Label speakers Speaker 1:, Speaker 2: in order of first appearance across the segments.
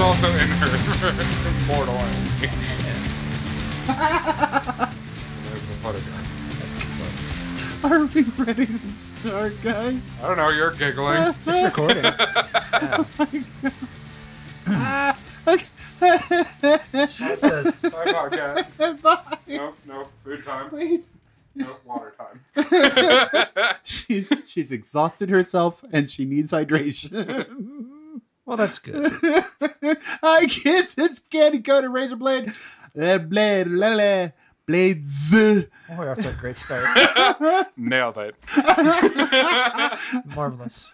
Speaker 1: also in her, her mortal enemy. There's the photograph.
Speaker 2: That's the fun.
Speaker 3: Are we ready to start, guys?
Speaker 1: I don't know. You're giggling.
Speaker 2: It's recording.
Speaker 3: Oh Ah,
Speaker 4: Jesus.
Speaker 1: Bye, podcast.
Speaker 3: Bye.
Speaker 1: Nope, nope. Food time.
Speaker 3: Wait.
Speaker 1: Nope, water time.
Speaker 3: She's she's exhausted herself and she needs hydration.
Speaker 2: Well, that's good.
Speaker 3: I guess it's candy coated razor blade. Uh, blade, la, la, blades.
Speaker 4: Oh, we're off to a great start.
Speaker 1: Nailed it.
Speaker 4: Marvelous.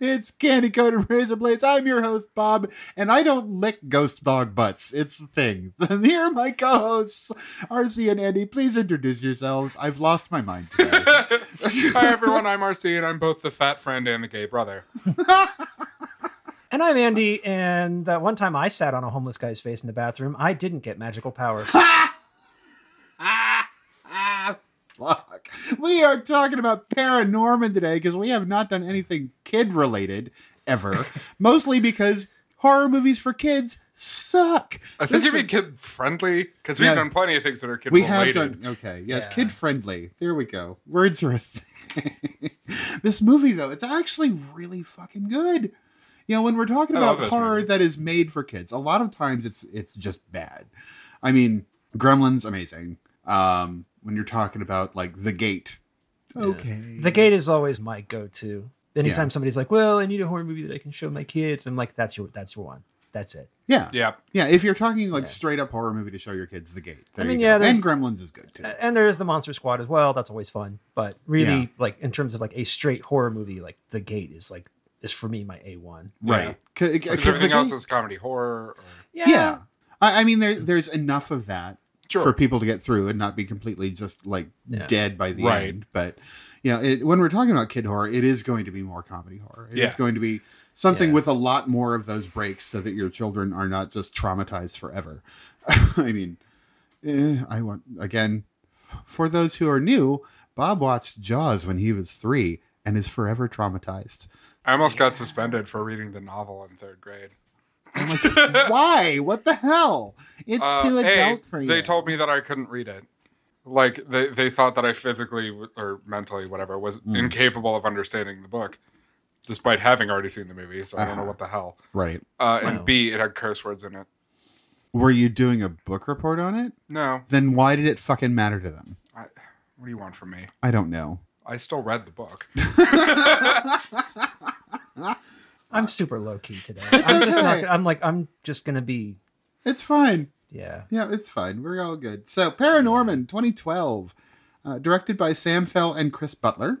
Speaker 3: It's Candy Coated Razor Blades. I'm your host, Bob, and I don't lick ghost dog butts. It's a thing. Here are my co hosts, RC and Andy. Please introduce yourselves. I've lost my mind today.
Speaker 1: Hi, everyone. I'm RC, and I'm both the fat friend and the gay brother.
Speaker 4: And I'm Andy, and that one time I sat on a homeless guy's face in the bathroom, I didn't get magical power.
Speaker 3: Fuck. We are talking about Paranorman today because we have not done anything kid related ever, mostly because horror movies for kids suck.
Speaker 1: I think
Speaker 3: This-
Speaker 1: you mean kid friendly because we've
Speaker 3: Yeah.
Speaker 1: done plenty of things that are kid
Speaker 3: we
Speaker 1: related.
Speaker 3: have done okay yes
Speaker 4: Yeah.
Speaker 3: kid friendly there we go words are a thing this movie though it's actually really fucking good you know when we're talking
Speaker 1: I
Speaker 3: about
Speaker 1: love this
Speaker 3: horror
Speaker 1: movie.
Speaker 3: that is made for kids a lot of times it's it's just bad i mean gremlins amazing um when you're talking about like the gate okay
Speaker 4: the gate is always my go-to. Anytime
Speaker 3: Yeah.
Speaker 4: somebody's like, "Well, I need a horror movie that I can show my kids," I'm like, "That's your, that's your one. That's it."
Speaker 3: yeah
Speaker 1: Yeah.
Speaker 3: yeah if you're talking like
Speaker 4: Yeah.
Speaker 3: straight up horror movie to show your kids the gate there
Speaker 4: mean,
Speaker 3: you
Speaker 4: yeah,
Speaker 3: go.
Speaker 4: there's-
Speaker 3: and gremlins is good too
Speaker 1: Uh,
Speaker 4: A- And there is the Monster Squad as well. That's always fun. But really,
Speaker 3: Yeah.
Speaker 4: like in terms of like a straight horror movie, like The Gate is like is for me my a one.
Speaker 3: right uh, because
Speaker 1: Because everything else is comedy horror. Or...
Speaker 3: yeah, I, I mean there, there's enough of that for people to get through and not be completely just like
Speaker 4: Yeah.
Speaker 3: dead by the
Speaker 1: Right.
Speaker 3: end. But you know, it, when we're talking about kid horror, it is going to be more comedy horror. It is
Speaker 1: Yeah.
Speaker 3: going to be something
Speaker 4: Yeah.
Speaker 3: with a lot more of those breaks, so that your children are not just traumatized forever. I mean, eh, I want again for those who are new. Bob watched Jaws when he was three and is forever traumatized.
Speaker 1: I almost got suspended for reading the novel in third grade.
Speaker 3: Why? What the hell? It's
Speaker 1: Uh,
Speaker 3: too
Speaker 1: hey,
Speaker 3: adult for you.
Speaker 1: They told me that I couldn't read it. Like they, they thought that I physically w- or mentally whatever was incapable of understanding the book, despite having already seen the movie. So I don't know
Speaker 3: Uh-huh.
Speaker 1: what the hell.
Speaker 3: Right.
Speaker 1: Uh, and
Speaker 4: Wow.
Speaker 1: B, it had curse words in it.
Speaker 3: Were you doing a book report on it?
Speaker 1: No,
Speaker 3: then why did it fucking matter to them?
Speaker 1: I, what do you want from me?
Speaker 3: I don't know.
Speaker 1: I still read the book.
Speaker 4: I'm super low key today. I'm just
Speaker 3: okay.
Speaker 4: not, I'm like I'm just gonna be
Speaker 3: It's fine.
Speaker 4: yeah.
Speaker 3: Yeah, it's fine. We're all good. So, Paranorman 2012, uh, directed by Sam Fell and Chris Butler.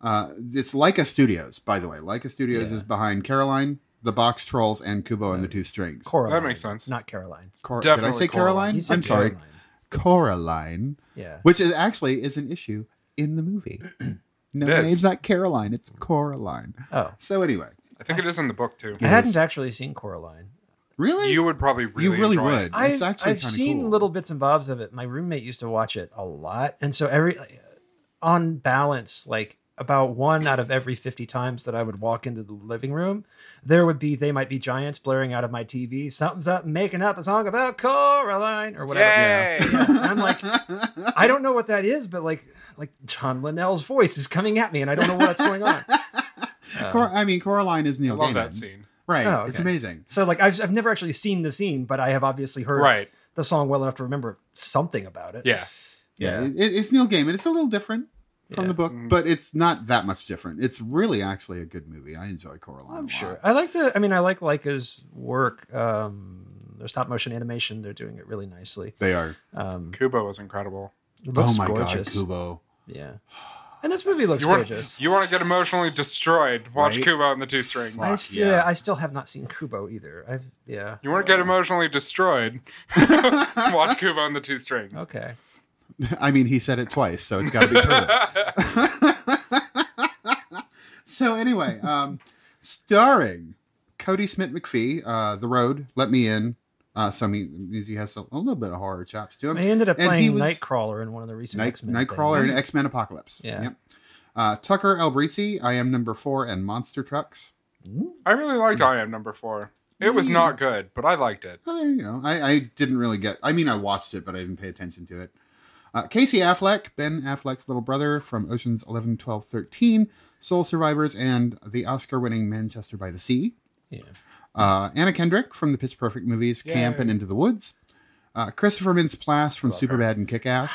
Speaker 3: Uh, it's Leica Studios, by the way. Leica Studios
Speaker 4: Yeah.
Speaker 3: is behind Caroline, The Box Trolls, and Kubo and the Two Strings.
Speaker 4: Coraline.
Speaker 1: That makes sense.
Speaker 4: Not Caroline.
Speaker 3: Cor- did I
Speaker 1: Definitely
Speaker 3: say
Speaker 1: Coraline.
Speaker 3: Caroline?
Speaker 4: You said
Speaker 3: I'm sorry,
Speaker 4: Caroline.
Speaker 3: Coraline,
Speaker 4: Yeah.
Speaker 3: which is actually is an issue in the movie. no,
Speaker 1: It
Speaker 3: her
Speaker 1: is.
Speaker 3: name's not Caroline. It's Coraline.
Speaker 4: Oh,
Speaker 3: So anyway,
Speaker 1: I think it is in the book too.
Speaker 4: I
Speaker 3: Yes.
Speaker 4: hadn't actually seen Coraline.
Speaker 3: really,
Speaker 1: You would probably really,
Speaker 3: you really
Speaker 1: enjoy it.
Speaker 3: would.
Speaker 4: I've,
Speaker 3: it's actually
Speaker 4: I've
Speaker 3: kinda
Speaker 4: seen
Speaker 3: cool.
Speaker 4: little bits and bobs of it. My roommate used to watch it a lot, and so every, on balance, like about one out of every fifty times that I would walk into the living room, there would be "They Might Be Giants" blaring out of my TV. Something's up, making up a song about Coraline or whatever. Yeah. And I'm like, I don't know what that is, but like, like John Linnell's voice is coming at me, and I don't know what's going on. Um,
Speaker 3: Cor- I mean, Coraline is
Speaker 1: I
Speaker 3: Neil
Speaker 1: love
Speaker 3: Gaiman.
Speaker 1: that scene.
Speaker 3: Right.
Speaker 4: Oh,
Speaker 3: It's
Speaker 4: okay.
Speaker 3: amazing.
Speaker 4: so like, I've I've never actually seen the scene, but I have obviously heard
Speaker 1: Right.
Speaker 4: the song well enough to remember something about it.
Speaker 1: Yeah.
Speaker 4: Yeah.
Speaker 3: It, it- it's Neil Gaiman. It's a little different from
Speaker 4: Yeah.
Speaker 3: the book,
Speaker 1: Mm.
Speaker 3: but it's not that much different. It's really actually a good movie. I enjoy Coraline.
Speaker 4: I'm
Speaker 3: a
Speaker 4: sure.
Speaker 3: lot.
Speaker 4: I like the. I mean, I like Leica's work. Um, their stop motion animation, they're doing it really nicely.
Speaker 3: They are.
Speaker 4: Um,
Speaker 1: Kubo was incredible.
Speaker 4: it looks
Speaker 3: oh my
Speaker 4: gorgeous.
Speaker 3: god, Kubo.
Speaker 4: Yeah, and this movie looks
Speaker 1: You want
Speaker 4: gorgeous.
Speaker 1: you want to get emotionally destroyed? Watch
Speaker 3: Right?
Speaker 1: Kubo and the Two Strings.
Speaker 3: Fuck.
Speaker 4: I
Speaker 3: Fuck,
Speaker 4: st-
Speaker 3: yeah.
Speaker 4: yeah. I still have not seen Kubo either. I've yeah.
Speaker 1: You want to get emotionally destroyed? Watch Kubo and the Two Strings.
Speaker 4: Okay.
Speaker 3: I mean, he said it twice, so it's got to be true. so anyway, um, starring Cody Smith McPhee, uh, The Road, Let Me In. Uh, so he, he has a, a little bit of horror chops to him.
Speaker 4: I ended up
Speaker 3: And he
Speaker 4: playing
Speaker 3: was-
Speaker 4: Nightcrawler in one of the recent
Speaker 3: Night,
Speaker 4: X-Men
Speaker 3: Nightcrawler
Speaker 4: things.
Speaker 3: and X Men Apocalypse.
Speaker 4: Yeah.
Speaker 3: Yep. Uh, Tucker Albrizzi, I am number four, and Monster Trucks.
Speaker 4: Mm,
Speaker 1: I really liked I Am Number Four. It was not good, but I liked it.
Speaker 3: Well, there you go. I, I didn't really get. I mean, I watched it, but I didn't pay attention to it. Uh, Casey Affleck, Ben Affleck's little brother from Ocean's 11, 12, 13, Soul Survivors, and the Oscar-winning Manchester by the Sea.
Speaker 4: Yeah.
Speaker 3: Uh, Anna Kendrick from the Pitch Perfect movies, Camp and Into the Woods. Uh, Christopher Mintz-Plasse from Superbad and Kick-Ass.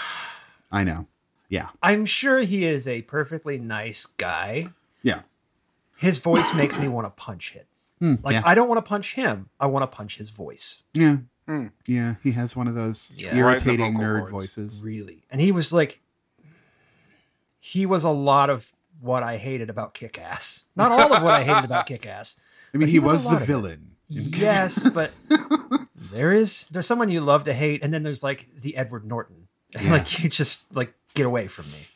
Speaker 3: I know. Yeah.
Speaker 4: I'm sure he is a perfectly nice guy.
Speaker 3: Yeah.
Speaker 4: His voice makes me want to punch him. like
Speaker 3: yeah.
Speaker 4: I don't want to punch him. I want to punch his voice.
Speaker 3: Yeah.
Speaker 1: Mm.
Speaker 3: Yeah. He has one of those
Speaker 4: Hmm. Yeah. Right in the
Speaker 3: irritating
Speaker 1: vocal
Speaker 3: nerd
Speaker 1: cords.
Speaker 3: voices.
Speaker 4: Really. And he was like he was a lot of what I hated about Kick Ass. Not all of what I hated about Kick Ass.
Speaker 3: I mean,
Speaker 4: But
Speaker 3: he,
Speaker 4: he was a
Speaker 3: was,
Speaker 4: lot
Speaker 3: the
Speaker 4: of it.
Speaker 3: villain.
Speaker 4: Yes, but there is there's someone you love to hate, and then there's like the Edward Norton.
Speaker 3: Yeah.
Speaker 4: like you just like get away from me.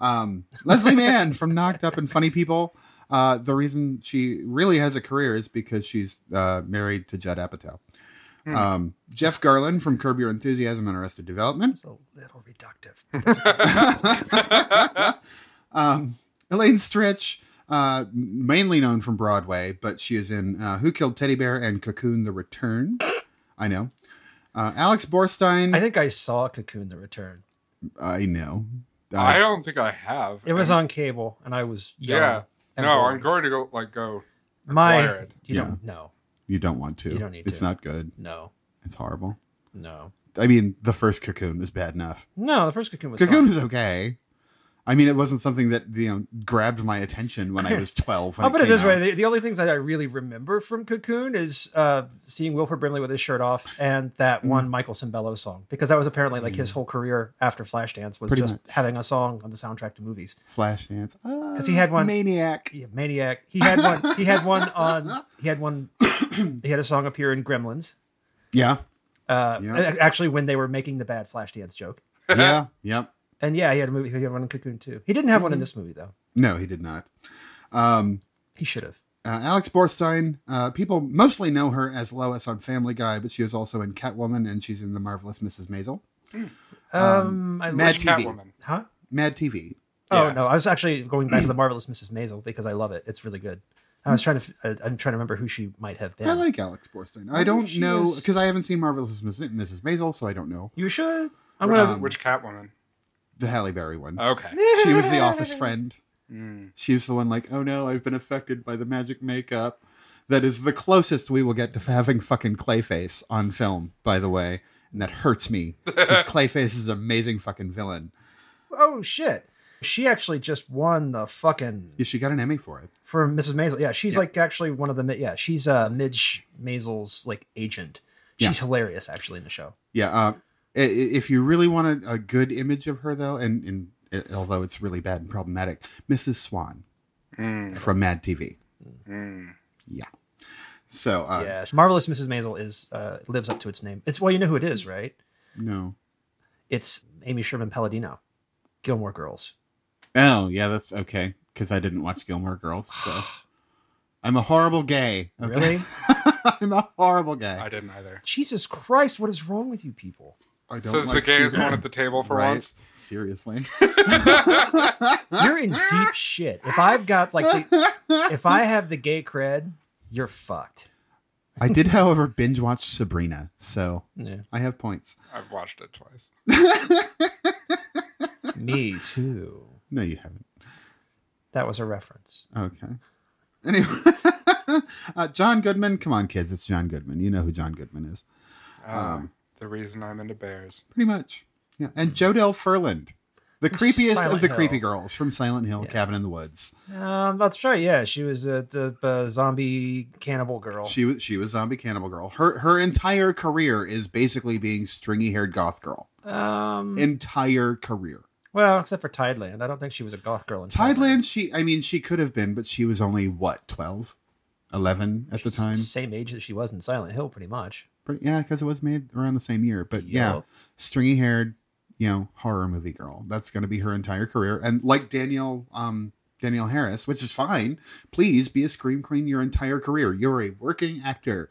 Speaker 3: Um, Leslie Mann from Knocked Up and Funny People. Uh, the reason she really has a career is because she's uh, married to Judd Apatow.
Speaker 4: Hmm.
Speaker 3: Um, Jeff Garland from Curb Your Enthusiasm and Arrested Development.
Speaker 4: It's a little reductive.
Speaker 3: Um, Elaine Stritch, uh, mainly known from Broadway, but she is in uh, Who Killed Teddy Bear and Cocoon: The Return. I know. Uh, Alex Borstein.
Speaker 4: I
Speaker 3: I,
Speaker 4: think I saw Cocoon the Return.
Speaker 3: know. Uh,
Speaker 1: I don't think I have.
Speaker 4: It was
Speaker 1: And-
Speaker 4: on cable, and I was young.
Speaker 1: Yeah.
Speaker 4: and
Speaker 1: No,
Speaker 4: bored.
Speaker 1: I'm going to go like go.
Speaker 4: my.
Speaker 1: acquire it.
Speaker 4: You
Speaker 3: Yeah.
Speaker 4: don't know.
Speaker 3: you don't want to.
Speaker 4: You don't need
Speaker 3: it's
Speaker 4: to.
Speaker 3: not good.
Speaker 4: No,
Speaker 3: It's horrible.
Speaker 4: no,
Speaker 3: I mean, the first Cocoon is bad enough.
Speaker 4: no. The first Cocoon was fun.
Speaker 3: Cocoon was okay. I mean, it wasn't something that you know grabbed my attention when I was twelve. When
Speaker 4: I'll put it
Speaker 3: came
Speaker 4: this way:
Speaker 3: out.
Speaker 4: the, the only things that I really remember from Cocoon is uh, seeing Wilford Brimley with his shirt off and that
Speaker 3: Mm.
Speaker 4: one Michael Cimbello song, because that was apparently like his whole career after Flashdance was
Speaker 3: Pretty
Speaker 4: just
Speaker 3: much.
Speaker 4: having a song on the soundtrack to movies.
Speaker 3: Flashdance, because
Speaker 4: he had one-
Speaker 3: maniac.
Speaker 4: Yeah, Maniac. He had one. He had one on. He had one. He had a song appear in Gremlins.
Speaker 3: Yeah,
Speaker 4: Uh,
Speaker 3: Yeah.
Speaker 4: a- actually, when they were making the bad Flashdance joke,
Speaker 3: yeah, yep.
Speaker 4: and yeah, he had a movie. He had one in Cocoon too. He didn't have
Speaker 3: Mm-hmm.
Speaker 4: one in this movie though.
Speaker 3: No, he did not. Um,
Speaker 4: He should have.
Speaker 3: Uh, Alex Borstein, uh, people mostly know her as Lois on Family Guy, but she is also in Catwoman and she's in The Marvelous Mrs. Maisel.
Speaker 4: Um, I
Speaker 3: Mad
Speaker 1: It's
Speaker 4: lost-
Speaker 3: TV.
Speaker 1: Catwoman.
Speaker 4: huh?
Speaker 3: Mad TV.
Speaker 4: Oh
Speaker 1: Yeah.
Speaker 4: no, I was actually going back to the marvelous Mrs. Maisel because I love it. It's really good. I was trying to, f- I- I'm trying to remember who she might have been.
Speaker 3: I like Alex Borstein. I
Speaker 4: think
Speaker 3: don't
Speaker 4: she
Speaker 3: know
Speaker 4: is-
Speaker 3: because I haven't seen Marvelous Mrs. Mrs. Maisel, so I don't know
Speaker 4: you should. I'm
Speaker 1: Which,
Speaker 4: gonna.
Speaker 3: Um,
Speaker 1: which Catwoman?
Speaker 3: the Halle Berry one.
Speaker 4: Uh.
Speaker 1: Okay.
Speaker 3: she was the office friend.
Speaker 1: Mm.
Speaker 3: She was the one like, oh no, I've been affected by the magic makeup. That is the closest we will get to having fucking Clayface on film, by the way, and that hurts me because Clayface is an amazing fucking villain.
Speaker 4: oh shit. She actually just won the fucking
Speaker 3: Yeah, she got an Emmy for it.
Speaker 4: for Mrs. Maisel. Yeah, she's like actually one of the mi- yeah, she's uh Midge Maisel's like agent.
Speaker 3: Yeah.
Speaker 4: She's hilarious actually in the show.
Speaker 3: Yeah. Uh, i- i- if you really want a, a good image of her, though, and, and uh, although it's really bad and problematic, Mrs. Swan
Speaker 1: Mm.
Speaker 3: from Mad TV.
Speaker 1: Mm.
Speaker 3: So, uh,
Speaker 4: yeah, marvelous Mrs. Maisel is uh lives up to its name. It's well, you know who it is, right?
Speaker 3: no.
Speaker 4: It's Amy Sherman Palladino, Gilmore Girls.
Speaker 3: Oh, yeah, that's okay. Because I didn't watch Gilmore Girls. So I'm a horrible gay. okay?
Speaker 4: Really?
Speaker 3: I'm a horrible guy.
Speaker 1: I didn't either.
Speaker 4: Jesus Christ, what is wrong with you people?
Speaker 3: I don't
Speaker 1: Says the
Speaker 3: like
Speaker 1: gayest
Speaker 3: Susan.
Speaker 1: one at the table for
Speaker 3: Right?
Speaker 1: once.
Speaker 3: Seriously.
Speaker 4: You're in deep shit. If I've got like, the, if I have the gay cred, you're fucked.
Speaker 3: I did, however, binge watch Sabrina. So
Speaker 4: Yeah.
Speaker 3: I have points.
Speaker 1: I've watched it twice.
Speaker 4: Me too.
Speaker 3: No, you haven't.
Speaker 4: That was a reference.
Speaker 3: Okay. Anyway, uh, John Goodman. Come on, kids. It's John Goodman. You know who John Goodman is.
Speaker 1: Um, the reason I'm into bears.
Speaker 3: Pretty much. Yeah. And Jodell Furland, the creepiest of
Speaker 4: Silent
Speaker 3: the
Speaker 4: Hill.
Speaker 3: creepy girls from Silent Hill,
Speaker 4: Yeah.
Speaker 3: Cabin in the Woods.
Speaker 4: Um, that's right. Yeah, she was a, the uh, zombie cannibal girl.
Speaker 3: She was she was zombie cannibal girl. Her her entire career is basically being stringy haired goth girl.
Speaker 4: um,
Speaker 3: Entire career.
Speaker 4: well, except for Tideland, I don't think she was a goth girl in
Speaker 3: Tideland, she I mean, she could have been, but she was only what, 12? 11 at the
Speaker 4: She's
Speaker 3: time.
Speaker 4: same age that she was in Silent Hill, pretty much.
Speaker 3: But yeah, because it was made around the same year. But yeah,
Speaker 4: Yup.
Speaker 3: stringy haired, you know, horror movie girl. That's going to be her entire career. And like Danielle, um, Danielle Harris, which is fine. Please be a scream queen your entire career. You're a working actor.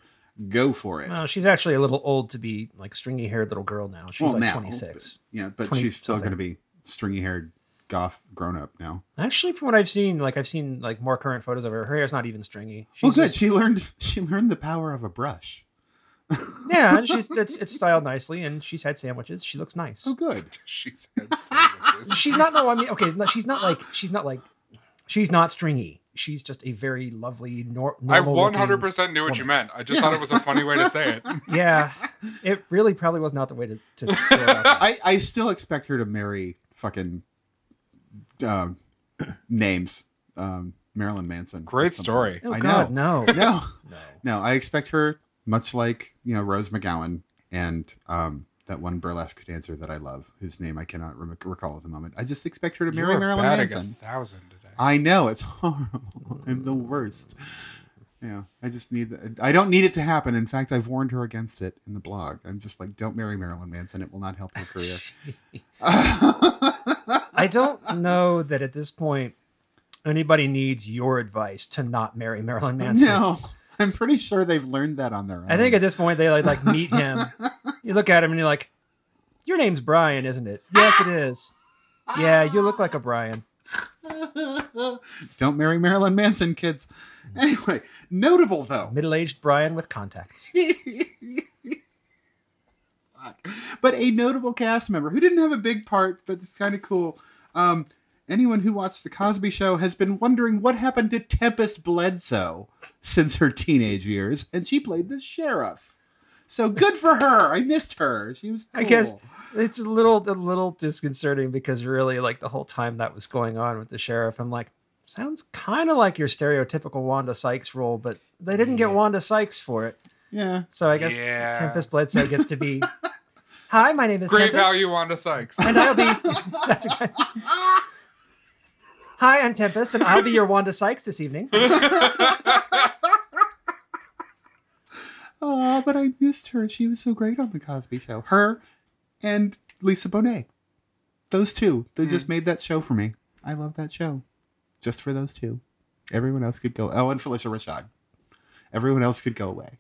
Speaker 3: Go for it.
Speaker 4: Well, Uh, she's actually a little old to be like stringy haired little girl now. She's
Speaker 3: Well,
Speaker 4: like
Speaker 3: now,
Speaker 4: twenty six.
Speaker 3: yeah, but
Speaker 4: 20
Speaker 3: she's still
Speaker 4: something.
Speaker 3: going to be stringy haired goth grown up now.
Speaker 4: Actually, from what I've seen, like I've seen like more current photos of her. Her hair's not even stringy. She's
Speaker 3: well, Oh, good.
Speaker 4: just-
Speaker 3: she learned she learned the power of a brush.
Speaker 4: yeah, and she's it's, it's styled nicely, and she's had sandwiches. She looks nice.
Speaker 3: Oh, good.
Speaker 1: She's had sandwiches.
Speaker 4: She's not. No, I mean, okay, no, she's not like she's not like she's not stringy. She's just a very lovely, nor-
Speaker 1: I
Speaker 4: normal.
Speaker 1: 100% knew what you meant. I just thought it was a funny way to say it.
Speaker 4: Yeah, it really probably was not the way to. to go about that.
Speaker 3: I, I still expect her to marry fucking um, names. Um, Marilyn Manson. or
Speaker 1: Great
Speaker 3: something.
Speaker 1: story.
Speaker 4: Oh
Speaker 3: I
Speaker 4: God, no,
Speaker 3: No,
Speaker 4: no.
Speaker 3: no, I expect her much like you know Rose McGowan and um, that one burlesque dancer that I love, whose name I cannot re- recall at the moment. I just expect her to marry
Speaker 1: You're
Speaker 3: Marilyn
Speaker 1: batting a
Speaker 3: Manson.
Speaker 1: thousand today.
Speaker 3: I know it's horrible. I'm the worst. Yeah, I just need. The, I don't need it to happen. In fact, I've warned her against it in the blog. I'm just like, don't marry Marilyn Manson. It will not help your career.
Speaker 4: I don't know that at this point anybody needs your advice to not marry Marilyn Manson.
Speaker 3: no, I'm pretty sure they've learned that on their own.
Speaker 4: I think at this point they like, like meet him. You look at him and you're like, "Your name's Brian, isn't it?" Yes, it is. Yeah, you look like a Brian.
Speaker 3: don't marry Marilyn Manson, kids. Anyway, notable though.
Speaker 4: Middle-aged Brian with contacts.
Speaker 3: Fuck. But a notable cast member who didn't have a big part, but it's kind of cool. Um, anyone who watched The Cosby Show has been wondering what happened to Tempest Bledsoe since her teenage years, and she played the sheriff. So good for her. I missed her. She was. Cool.
Speaker 4: I guess it's a little a little disconcerting because really like the whole time that was going on with the sheriff, I'm like, sounds kind of like your stereotypical Wanda Sykes role, but they didn't get Wanda Sykes for it.
Speaker 3: Yeah.
Speaker 4: So I guess
Speaker 1: Yeah.
Speaker 4: Tempest Bledsoe gets to be. Hi, my name is
Speaker 1: Great
Speaker 4: Tempest,
Speaker 1: value, Wanda Sykes.
Speaker 4: and I'll be. That's a good. Hi, I'm Tempest, and I'll be your Wanda Sykes this evening.
Speaker 3: Oh, but I missed her. She was so great on The Cosby Show. Her and Lisa Bonet. Those two. They just
Speaker 4: Hmm.
Speaker 3: made that show for me. I love that show. Just for those two. Everyone else could go. Oh, and Felicia Rashad. Everyone else could go away.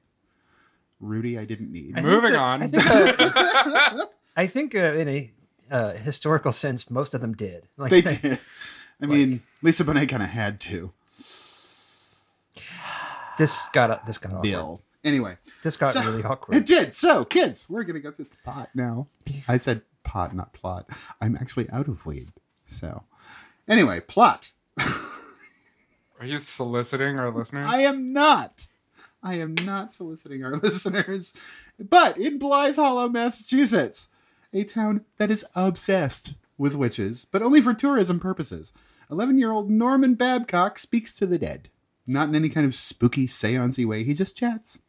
Speaker 3: Rudy, I didn't need.
Speaker 4: I think
Speaker 1: Moving
Speaker 4: that-
Speaker 1: on.
Speaker 4: I think, uh, I think, uh, in a uh, historical sense, most of them did. Like,
Speaker 3: they did. I mean, Lisa Bonet kind of had to.
Speaker 4: This got this got awkward.
Speaker 3: Bill. Anyway,
Speaker 4: This got
Speaker 3: So-
Speaker 4: really
Speaker 3: it
Speaker 4: awkward.
Speaker 3: did. So, kids, we're going to go through the pot now. I said pot, not plot. I'm actually out of weed. So, anyway, plot.
Speaker 1: Are you soliciting our listeners?
Speaker 3: I am not. I am not soliciting our listeners. But in Blythe Hollow, Massachusetts, a town that is obsessed with witches, but only for tourism purposes, 11 year old Norman Babcock speaks to the dead. Not in any kind of spooky, seance way, he just chats.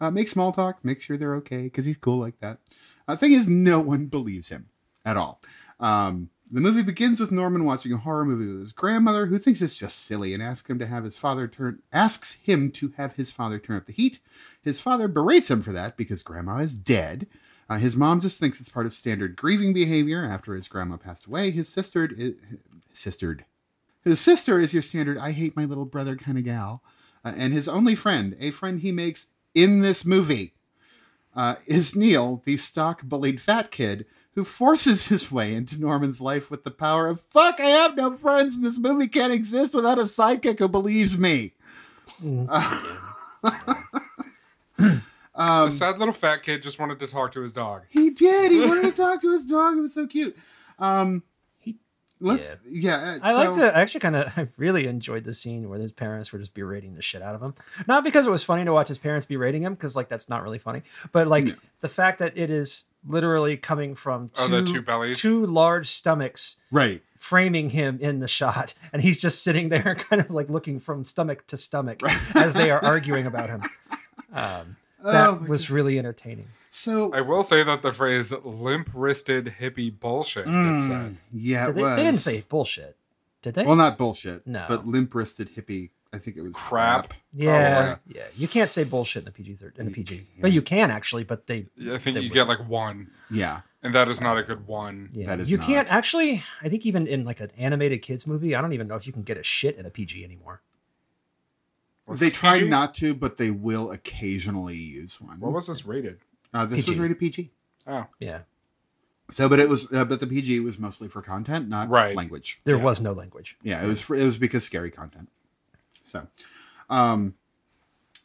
Speaker 3: Uh, make small talk, make sure they're okay, because he's cool like that. Uh, thing is, no one believes him at all. Um, the movie begins with Norman watching a horror movie with his grandmother, who thinks it's just silly and asks him to have his father turn asks him to have his father turn up the heat. His father berates him for that because grandma is dead. Uh, his mom just thinks it's part of standard grieving behavior after his grandma passed away. His sister, i- sistered, his sister is your standard I hate my little brother kind of gal, uh, and his only friend, a friend he makes in this movie, uh, is Neil, the stock bullied fat kid who forces his way into Norman's life with the power of fuck, I have no friends, and this movie can't exist without a sidekick who believes me.
Speaker 4: Mm.
Speaker 3: Um,
Speaker 1: the sad little fat kid just wanted to talk to his dog.
Speaker 3: He did. He wanted to talk to his dog. It was so cute. Um,
Speaker 4: He-
Speaker 3: let's, yeah. uh,
Speaker 4: I
Speaker 3: so-
Speaker 4: like to I actually kind of I really enjoyed the scene where his parents were just berating the shit out of him. Not because it was funny to watch his parents berating him, because like that's not really funny, but like the fact that it is literally coming from two,
Speaker 1: Oh, the two bellies?
Speaker 4: two large stomachs
Speaker 3: Right.
Speaker 4: framing him in the shot, and he's just sitting there, kind of like looking from stomach to stomach as they are arguing about him. Um, that
Speaker 3: Oh my
Speaker 4: was really entertaining.
Speaker 3: So,
Speaker 1: I will say that the phrase limp wristed hippie bullshit
Speaker 3: Mm.
Speaker 1: gets said.
Speaker 3: Hmm. yeah, it
Speaker 4: Did they,
Speaker 3: was.
Speaker 4: they didn't say bullshit, did they?
Speaker 3: Well, not bullshit.
Speaker 4: No.
Speaker 3: But limp wristed hippie. I think it was
Speaker 1: Crap.
Speaker 3: Oh,
Speaker 4: Yeah, yeah. You can't say bullshit in the PG thir- in the PG, but you can actually. But they,
Speaker 1: I think you get like one,
Speaker 3: Yeah.
Speaker 1: and that is not a good one.
Speaker 4: yeah.
Speaker 3: That is
Speaker 4: you
Speaker 3: not-
Speaker 4: can't actually. I think even in like an animated kids movie, I don't even know if you can get a shit in a PG anymore.
Speaker 1: Was
Speaker 3: they
Speaker 1: this
Speaker 3: try
Speaker 1: PG?
Speaker 3: not to, but they will occasionally use one.
Speaker 1: What was this rated?
Speaker 3: uh, this was
Speaker 4: PG.
Speaker 3: rated PG.
Speaker 1: Oh,
Speaker 4: Yeah,
Speaker 3: So, but it was, uh, but the PG was mostly for content, not
Speaker 1: Right.
Speaker 3: language.
Speaker 4: There
Speaker 1: Yeah.
Speaker 4: was no language.
Speaker 3: Yeah, it was for, it was because scary content. So, um,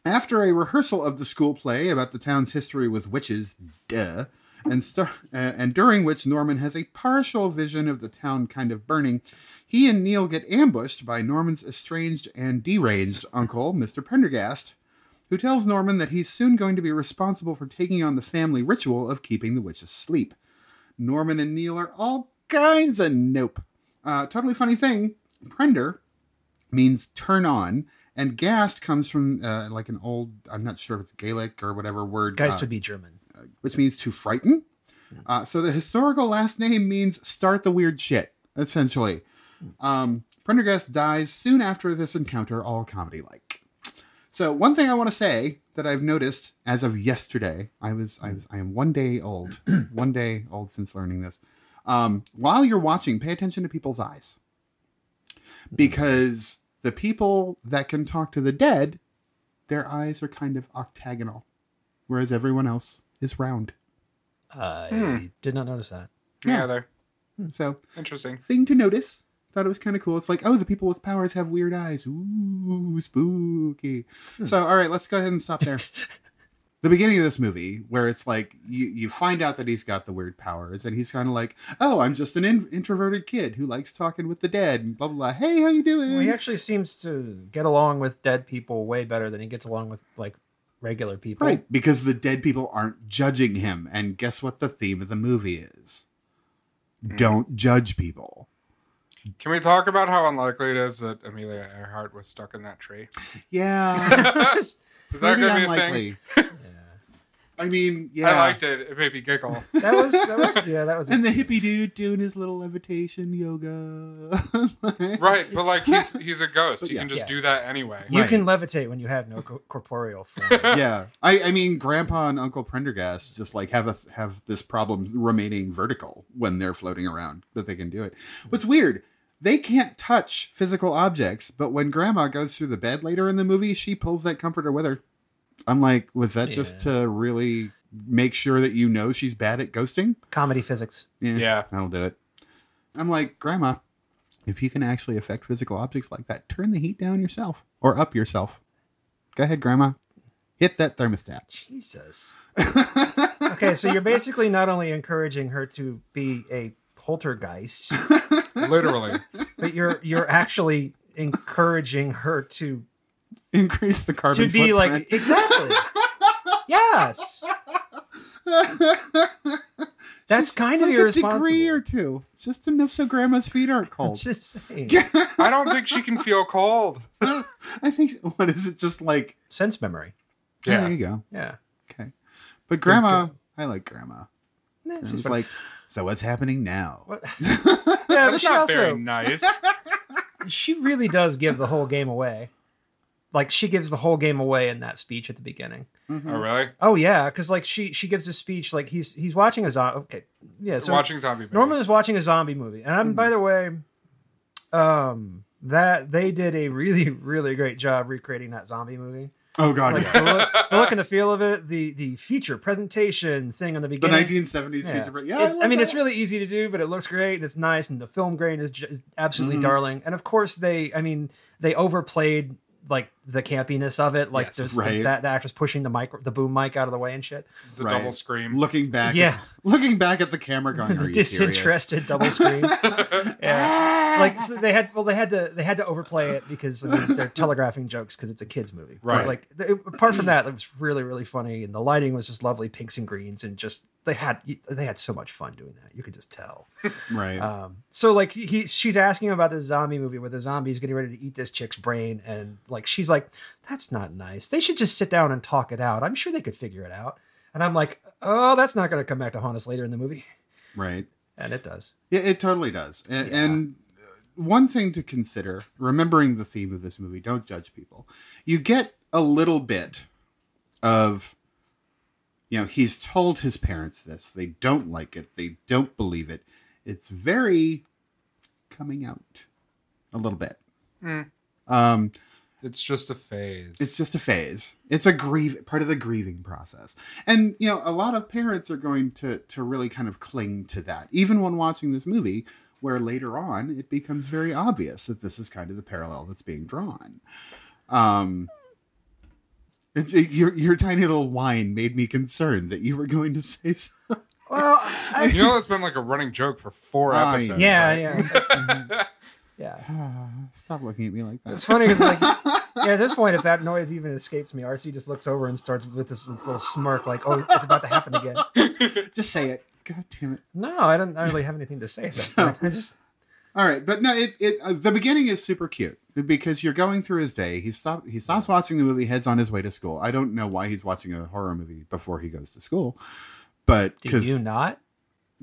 Speaker 3: after a rehearsal of the school play about the town's history with witches, duh, and star- uh, and during which Norman has a partial vision of the town kind of burning, he and Neil get ambushed by Norman's estranged and deranged uncle, Mr. Pendergast, who tells Norman that he's soon going to be responsible for taking on the family ritual of keeping the witches asleep. Norman and Neil are all kinds of nope. Uh, totally funny thing. Prender means turn on, and Gast comes from uh, like an old, I'm not sure if it's Gaelic or whatever word,
Speaker 4: Guys
Speaker 3: uh,
Speaker 4: would be German.
Speaker 3: which means to frighten. Uh, so the historical last name means start the weird shit, essentially. Um, Prendergast dies soon after this encounter, all comedy like. So one thing I want to say that I've noticed as of yesterday, I was I was I am one day old, one day old since learning this. Um, while you're watching, pay attention to people's eyes, because the people that can talk to the dead, their eyes are kind of octagonal, whereas everyone else is round.
Speaker 4: I
Speaker 1: Hmm.
Speaker 4: did not notice that.
Speaker 1: Yeah,
Speaker 3: Yeah.
Speaker 1: they're
Speaker 3: So
Speaker 1: interesting.
Speaker 3: thing to notice. Thought it was kind of cool. It's like, oh, the people with powers have weird eyes. Ooh, spooky.
Speaker 4: Hmm.
Speaker 3: So, all right, let's go ahead and stop there. the beginning of this movie, where it's like you you find out that he's got the weird powers, and he's kind of like, oh, I'm just an in- introverted kid who likes talking with the dead and blah blah. blah. Hey, how you doing?
Speaker 4: Well, he actually seems to get along with dead people way better than he gets along with like regular people.
Speaker 3: Right, because the dead people aren't judging him. And guess what the theme of the movie is?
Speaker 4: Hmm.
Speaker 3: Don't judge people.
Speaker 1: Can we talk about how unlikely it is that Amelia Earhart was stuck in that tree?
Speaker 3: Yeah.
Speaker 1: is that going
Speaker 3: pretty
Speaker 1: to be a thing?
Speaker 3: unlikely. I mean, yeah.
Speaker 1: I liked it. It made me giggle.
Speaker 4: That was that was yeah, that was
Speaker 3: and the hippie dude doing his little levitation yoga.
Speaker 1: right, but like he's he's a ghost.
Speaker 3: But
Speaker 1: He
Speaker 3: yeah.
Speaker 1: can just
Speaker 4: Yeah.
Speaker 1: do that anyway.
Speaker 4: You
Speaker 3: Right.
Speaker 4: can levitate when you have no co- corporeal form.
Speaker 3: yeah, I, I mean, Grandpa and Uncle Prendergast just like have a have this problem remaining vertical when they're floating around, but they can do it. What's
Speaker 1: Hmm.
Speaker 3: weird, they can't touch physical objects, but when Grandma goes through the bed later in the movie, she pulls that comforter with her. I'm like, was that just to really make sure that you know she's bad at ghosting?
Speaker 4: Comedy physics.
Speaker 1: Yeah.
Speaker 3: That'll do it. I'm like, Grandma, if you can actually affect physical objects like that, turn the heat down yourself or up yourself. Go ahead, Grandma. Hit that thermostat.
Speaker 4: Jesus. okay, so you're basically not only encouraging her to be a poltergeist,
Speaker 1: Literally.
Speaker 4: but you're you're actually encouraging her to
Speaker 3: Increase the carbon
Speaker 4: to be
Speaker 3: footprint.
Speaker 4: like exactly. yes. That's kind of
Speaker 3: Like a
Speaker 4: irresponsible.
Speaker 3: degree or two, just enough so Grandma's feet aren't
Speaker 4: I'm
Speaker 3: cold.
Speaker 4: just saying.
Speaker 1: I don't think she can feel cold.
Speaker 3: I think. What is it? Just like
Speaker 4: Sense memory.
Speaker 3: yeah. There
Speaker 1: Yeah.
Speaker 3: you go.
Speaker 4: Yeah.
Speaker 3: Okay, but Grandma, I like Grandma.
Speaker 4: Nah,
Speaker 3: And
Speaker 4: she's
Speaker 3: It's
Speaker 4: fine.
Speaker 3: like, so what's happening now?
Speaker 4: What- yeah, but
Speaker 1: That's
Speaker 4: she
Speaker 1: not
Speaker 4: also
Speaker 1: very nice.
Speaker 4: she really does give the whole game away. Like she gives the whole game away in that speech at the beginning.
Speaker 1: Oh, really?
Speaker 4: Oh yeah, because like she she gives a speech like he's he's watching a zombie. Okay, yeah. So
Speaker 1: Watching zombie movie.
Speaker 4: Norman is watching a zombie movie, and I'm by the way, um, that they did a really really great job recreating that zombie movie.
Speaker 3: Oh God,
Speaker 4: Like the look, the look and the feel of it, the the feature presentation thing on the
Speaker 3: the
Speaker 4: beginning.
Speaker 3: 1970s
Speaker 4: Yeah.
Speaker 3: feature. Yeah,
Speaker 4: It's- I,
Speaker 3: like
Speaker 4: mean,
Speaker 3: that.
Speaker 4: it's really easy to do, but it looks great and it's nice, and the film grain is, ju- is absolutely
Speaker 3: Mm-hmm.
Speaker 4: darling. And of course, they, I mean, they overplayed like the campiness of it, like
Speaker 3: Yes,
Speaker 4: there's the,
Speaker 3: right.
Speaker 4: that the actress pushing the mic, the boom mic out of the way and shit.
Speaker 1: the
Speaker 3: Right.
Speaker 1: double scream.
Speaker 3: looking back.
Speaker 4: Yeah.
Speaker 3: looking back at the camera,
Speaker 4: The
Speaker 3: going, "Are you serious?"
Speaker 4: disinterested double screen. yeah, like so they had, well, they had to, they had to overplay it because I mean, they're telegraphing jokes because it's a kids movie. But,
Speaker 1: Right.
Speaker 4: like the, apart from that, it was really, really funny, and the lighting was just lovely, pinks and greens, and just they had, they had so much fun doing that. You could just tell.
Speaker 3: Right.
Speaker 4: Um, so like he, she's asking him about this zombie movie where the zombie's getting ready to eat this chick's brain, and like she's like, "That's not nice. They should just sit down and talk it out. I'm sure they could figure it out." And I'm like, "Oh, that's not going to come back to haunt us later in the movie."
Speaker 3: right.
Speaker 4: And it does.
Speaker 3: Yeah, it totally does. And, and one thing to consider, remembering the theme of this movie, don't judge people. You get a little bit of, you know, he's told his parents this. They don't like it. They don't believe it. It's very coming out a little bit. Um,
Speaker 1: It's just a phase.
Speaker 3: It's just a phase. It's a grieve part of the grieving process. And you know, a lot of parents are going to to really kind of cling to that, even when watching this movie, where later on it becomes very obvious that this is kind of the parallel that's being drawn. Um it- it- your your tiny little whine made me concerned that you were going to say so.
Speaker 4: Well,
Speaker 1: you
Speaker 4: I,
Speaker 1: know that's been like a running joke for four
Speaker 3: Ah,
Speaker 1: episodes.
Speaker 4: yeah,
Speaker 1: right?
Speaker 4: yeah, yeah.
Speaker 3: Stop looking at me like that.
Speaker 4: It's funny because like yeah, at this point, if that noise even escapes me, RC just looks over and starts with this, this little smirk, like, "Oh, it's about to happen again."
Speaker 3: Just say it. God damn it.
Speaker 4: No, I don't. I don't really have anything to say. at that point. I just
Speaker 3: All right, but no, it, it uh, the beginning is super cute because you're going through his day. He stop he stops watching the movie, heads on his way to school. I don't know why he's watching a horror movie before he goes to school, but
Speaker 4: do you
Speaker 3: because
Speaker 4: not?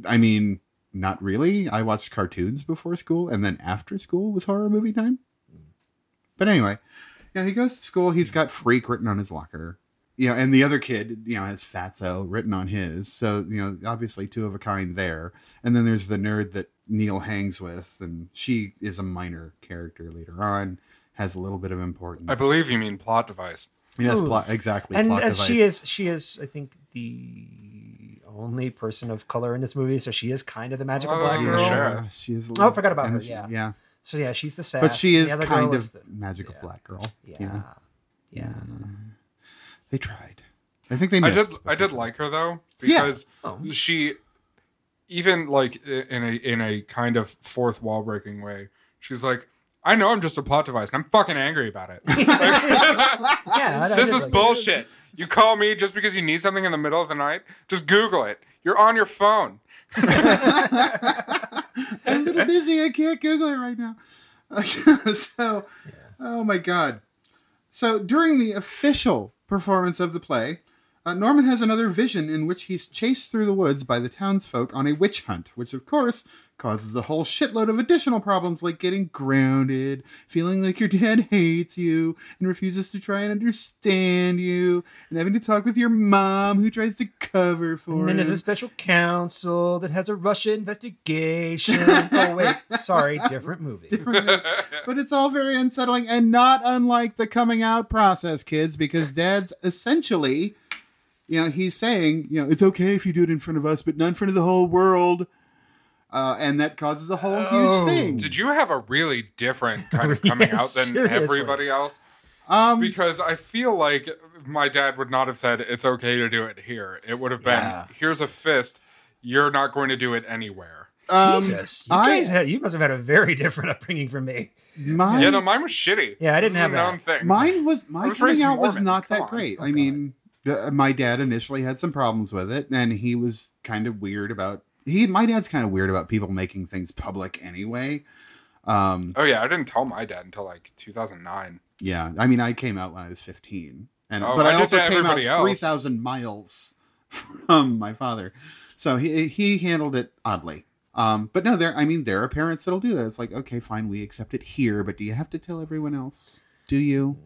Speaker 3: I mean, not really. I watched cartoons before school, and then after school was horror movie time. But anyway, yeah, he goes to school. He's got freak written on his locker. You know, and the other kid, you know, has fatso written on his. So you know, obviously two of a kind there. And then there's the nerd that Neil hangs with, and she is a minor character later on. Has a little bit of importance.
Speaker 1: I believe you mean plot device.
Speaker 3: Yes,
Speaker 4: Ooh.
Speaker 3: plot, exactly.
Speaker 4: and
Speaker 3: plot
Speaker 4: as she
Speaker 3: device.
Speaker 4: is, she is, I think the only person of color in this movie, so she is kind of the magical
Speaker 1: Oh,
Speaker 4: black
Speaker 1: yeah,
Speaker 4: girl.
Speaker 1: sure.
Speaker 3: Yeah, she is. A
Speaker 4: Oh, I forgot about
Speaker 3: and
Speaker 4: her,
Speaker 3: she-
Speaker 4: yeah.
Speaker 3: yeah.
Speaker 4: So yeah, she's the sass.
Speaker 3: But she
Speaker 4: the
Speaker 3: is
Speaker 4: other
Speaker 3: kind
Speaker 4: girl
Speaker 3: of
Speaker 4: is the-
Speaker 3: magical black girl.
Speaker 4: yeah,
Speaker 3: you know?
Speaker 4: yeah.
Speaker 3: They tried. I think they
Speaker 1: I
Speaker 3: missed.
Speaker 1: did.
Speaker 3: but
Speaker 1: I
Speaker 3: they
Speaker 1: did
Speaker 3: tried.
Speaker 1: like her though
Speaker 3: Yeah.
Speaker 1: because
Speaker 4: Oh.
Speaker 1: she, even like i- in a in a kind of fourth wall breaking way, she's like, "I know I'm just a plot device, and I'm fucking angry about it.
Speaker 4: Yeah, I- I
Speaker 1: this
Speaker 4: did
Speaker 1: is
Speaker 4: like it.
Speaker 1: bullshit. You call me just because you need something in the middle of the night? Just Google it. You're on your phone.
Speaker 3: I'm a little busy. I can't Google it right now. so, oh my god. So during the official performance of the play, uh, Norman has another vision in which he's chased through the woods by the townsfolk on a witch hunt, which of course causes a whole shitload of additional problems like getting grounded, feeling like your dad hates you and refuses to try and understand you, and having to talk with your mom who tries to cover for
Speaker 4: And then there's
Speaker 3: him.
Speaker 4: a special counsel that has a Russia investigation. oh wait, sorry, different movie.
Speaker 3: but it's all very unsettling and not unlike the coming out process, kids, because dad's essentially, you know, he's saying, you know, it's okay if you do it in front of us, but not in front of the whole world. Uh, and that causes a whole
Speaker 4: Oh.
Speaker 3: huge thing.
Speaker 1: Did you have a really different kind of coming
Speaker 4: Yeah,
Speaker 1: out than
Speaker 4: seriously.
Speaker 1: everybody else?
Speaker 3: Um,
Speaker 1: because I feel like my dad would not have said it's okay to do it here. It would have been
Speaker 4: Yeah.
Speaker 1: here's a fist. You're not going to do it anywhere.
Speaker 3: um,
Speaker 4: Jesus, you
Speaker 3: I-
Speaker 4: guys had, you must have had a very different upbringing from me.
Speaker 3: my,
Speaker 1: yeah, no, mine was shitty.
Speaker 4: Yeah, I didn't
Speaker 1: This is
Speaker 4: have
Speaker 1: a
Speaker 4: that.
Speaker 1: known thing.
Speaker 3: Mine was my
Speaker 1: I was
Speaker 3: coming
Speaker 1: raised
Speaker 3: out was
Speaker 1: Mormon.
Speaker 3: not
Speaker 1: Come
Speaker 3: that
Speaker 1: on.
Speaker 3: great.
Speaker 1: Oh,
Speaker 3: I
Speaker 1: God.
Speaker 3: mean, uh, my dad initially had some problems with it, and he was kind of weird about he. My dad's kind of weird about people making things public anyway. Um,
Speaker 1: Oh yeah, I didn't tell my dad until like 2009.
Speaker 3: Yeah, I mean, I came out when I was fifteen, and
Speaker 1: Oh,
Speaker 3: but
Speaker 1: I
Speaker 3: I,
Speaker 1: did
Speaker 3: also
Speaker 1: that to
Speaker 3: came out
Speaker 1: everybody else.
Speaker 3: three thousand miles from my father, so he he handled it oddly. Um, but no, there. I mean, there are parents that'll do that. It's like, okay, fine, we accept it here, but do you have to tell everyone else? Do you?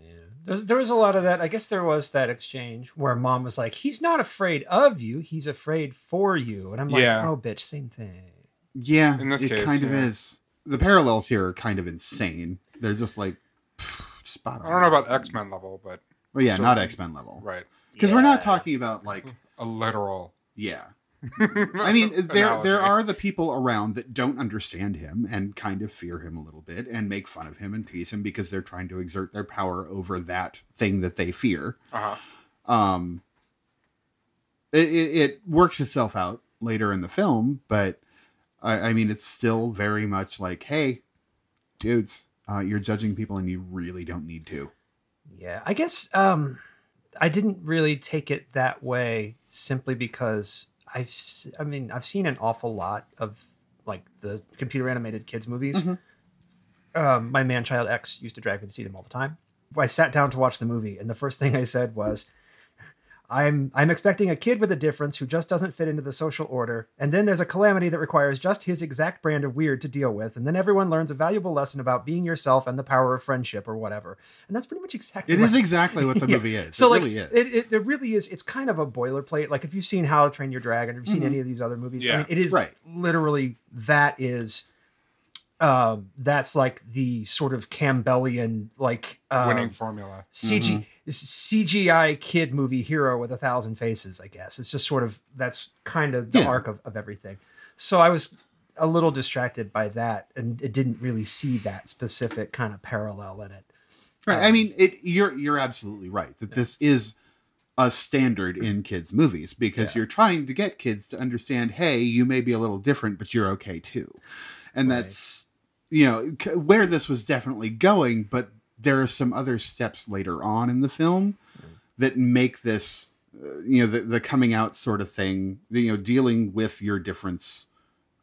Speaker 4: There's, there was a lot of that. I guess there was that exchange where mom was like, "He's not afraid of you; he's afraid for you," and I'm like,
Speaker 1: Yeah.
Speaker 4: "Oh, bitch, same thing."
Speaker 3: Yeah,
Speaker 1: In this
Speaker 3: it
Speaker 1: case,
Speaker 3: kind of
Speaker 1: yeah.
Speaker 3: is. The parallels here are kind of insane. They're just like pff, spot on.
Speaker 1: I don't know about X Men level, but
Speaker 3: Well, yeah,
Speaker 1: so-
Speaker 3: not X Men level
Speaker 1: right,
Speaker 3: because we're not
Speaker 4: Yeah.
Speaker 3: talking about like
Speaker 1: a literal.
Speaker 3: yeah. I mean, there
Speaker 1: analogy.
Speaker 3: there are the people around that don't understand him and kind of fear him a little bit and make fun of him and tease him because they're trying to exert their power over that thing that they fear.
Speaker 1: Uh-huh.
Speaker 3: Um, it, it, it works itself out later in the film, but I, I mean, it's still very much like, hey, dudes, uh, you're judging people and you really don't need to.
Speaker 4: Yeah, I guess um, I didn't really take it that way simply because I've, s- I mean, I've seen an awful lot of like the computer animated kids movies.
Speaker 3: Mm-hmm.
Speaker 4: Um, my man child ex used to drag me to see them all the time. I sat down to watch the movie, and the first thing I said was. I'm I'm expecting a kid with a difference who just doesn't fit into the social order, and then there's a calamity that requires just his exact brand of weird to deal with, and then everyone learns a valuable lesson about being yourself and the power of friendship or whatever. And that's pretty much exactly
Speaker 3: It is
Speaker 4: what
Speaker 3: exactly what the
Speaker 4: yeah.
Speaker 3: movie is.
Speaker 4: So
Speaker 3: it
Speaker 4: like,
Speaker 3: really is.
Speaker 4: It, it, it really is. It's kind of a boilerplate. Like if you've seen How to
Speaker 3: Mm-hmm.
Speaker 4: Train Your Dragon, or you've seen any of these other movies, I
Speaker 1: Yeah.
Speaker 4: mean, it is
Speaker 3: Right.
Speaker 4: literally that is um, that's like the sort of Campbellian like um,
Speaker 1: winning formula.
Speaker 4: CG
Speaker 3: Mm-hmm.
Speaker 4: it's CGI kid movie hero with a thousand faces. I guess it's just sort of that's kind of the
Speaker 3: Yeah.
Speaker 4: arc of, of everything. So I was a little distracted by that, and it didn't really see that specific kind of parallel in it.
Speaker 3: Right. I mean, it. You're you're absolutely right that this is a standard in kids' movies because you're trying to get kids to understand. Hey, you may be a little different, but you're okay too, and
Speaker 4: Right.
Speaker 3: that's you know c- where this was definitely going. But there are some other steps later on in the film that make this uh, you know the, the coming out sort of thing you know dealing with your difference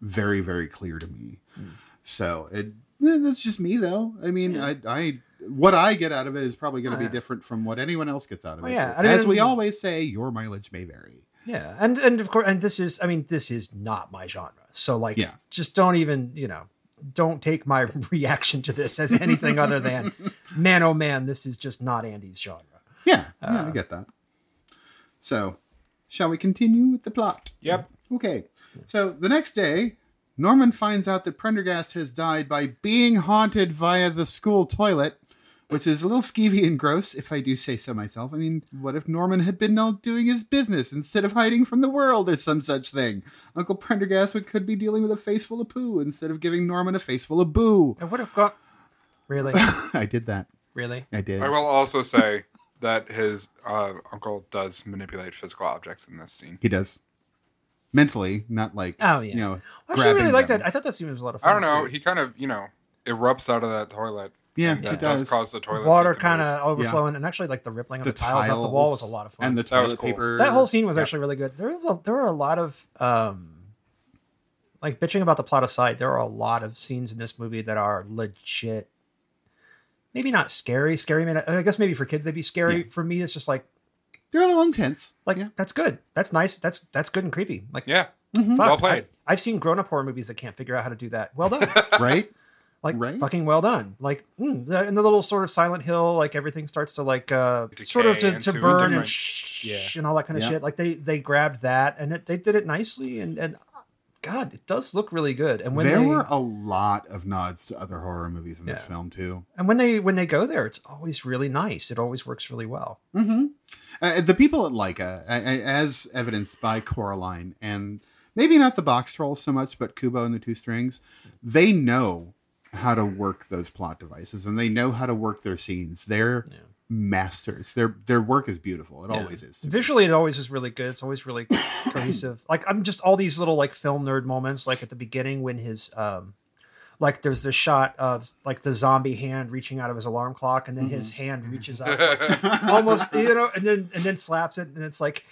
Speaker 3: very very clear to me
Speaker 4: Hmm.
Speaker 3: so it eh, that's just me though i mean
Speaker 4: Yeah.
Speaker 3: i i what i get out of it is probably going to
Speaker 4: Oh,
Speaker 3: be
Speaker 4: yeah.
Speaker 3: different from what anyone else gets out of
Speaker 4: Oh,
Speaker 3: it
Speaker 4: yeah. I
Speaker 3: as
Speaker 4: mean-
Speaker 3: we always say your mileage may vary
Speaker 4: Yeah, and and of course, and this is I mean this is not my genre. So like,
Speaker 3: Yeah.
Speaker 4: just don't even you know don't take my reaction to this as anything other than man oh man this is just not Andy's genre.
Speaker 3: yeah, yeah i
Speaker 4: Uh,
Speaker 3: get that so shall we continue with the plot
Speaker 1: Yep.
Speaker 3: okay so the next day norman finds out that prendergast has died by being haunted via the school toilet which is a little skeevy and gross, if I do say so myself. I mean, what if Norman had been out doing his business instead of hiding from the world or some such thing? Uncle Prendergast would, could be dealing with a face full of poo instead of giving Norman a face full of boo.
Speaker 4: I would have got really
Speaker 3: I did that.
Speaker 4: really
Speaker 3: I did.
Speaker 1: I will also say that his uh, uncle does manipulate physical objects in this scene.
Speaker 3: He does. Mentally, not like,
Speaker 4: Oh, yeah.
Speaker 3: you know,
Speaker 4: I actually really
Speaker 3: grabbing
Speaker 4: like
Speaker 3: them.
Speaker 4: that. I thought that scene was a lot of fun.
Speaker 1: I don't know.
Speaker 4: too.
Speaker 1: He kind of, you know, erupts out of that toilet.
Speaker 3: Yeah,
Speaker 1: and
Speaker 3: he
Speaker 1: that
Speaker 3: does.
Speaker 1: does cause the toilet.
Speaker 4: water
Speaker 1: seat to move.
Speaker 4: kind of overflowing, and actually like the rippling of the,
Speaker 3: the
Speaker 4: tiles,
Speaker 3: tiles
Speaker 4: off the wall was a lot of fun.
Speaker 3: And the
Speaker 1: That was
Speaker 3: toilet
Speaker 1: cool.
Speaker 3: paper.
Speaker 4: that whole scene was
Speaker 3: Yeah.
Speaker 4: actually really good. There is a there are a lot of um like bitching about the plot aside, there are a lot of scenes in this movie that are legit maybe not scary. Scary may not, I guess maybe for kids they'd be scary. For me it's just like
Speaker 3: They're a little intense.
Speaker 4: like
Speaker 3: yeah.
Speaker 4: that's good. That's nice. That's that's good and creepy. Like
Speaker 1: Yeah.
Speaker 3: Mhm.
Speaker 1: Well
Speaker 4: fuck,
Speaker 1: played.
Speaker 4: I, have seen grown up horror movies that can't figure out how to do that. Well done.
Speaker 3: right?
Speaker 4: like
Speaker 3: Right?
Speaker 4: fucking well done. Like mm, the, and the little sort of Silent Hill, like everything starts to like uh
Speaker 1: Decay
Speaker 4: sort of to,
Speaker 1: into
Speaker 4: to
Speaker 1: a
Speaker 4: burn and
Speaker 1: different-
Speaker 4: shh
Speaker 1: yeah.
Speaker 4: and all that kind of
Speaker 3: Yeah.
Speaker 4: shit. Like they they grabbed that and it, they did it nicely and and God, it does look really good. And when
Speaker 3: there
Speaker 4: they
Speaker 3: were a lot of nods to other horror movies in this
Speaker 4: Yeah.
Speaker 3: film too.
Speaker 4: and when they when they go there, it's always really nice. It always works really well.
Speaker 3: Mm-hmm. Uh, the people at Leica, uh, uh, as evidenced by Coraline and maybe not the box troll so much, but Kubo and the two strings, they know how to work those plot devices and they know how to work their scenes. They're
Speaker 4: Yeah.
Speaker 3: masters. Their their work is beautiful. It
Speaker 4: Yeah.
Speaker 3: always is. to me.
Speaker 4: Visually, it always is really good. It's always really cohesive. Like I'm just all these little like film nerd moments, like at the beginning when his um, like there's this shot of like the zombie hand reaching out of his alarm clock, and then his
Speaker 3: Mm-hmm.
Speaker 4: hand reaches out, like, almost you know, and then and then slaps it, and it's like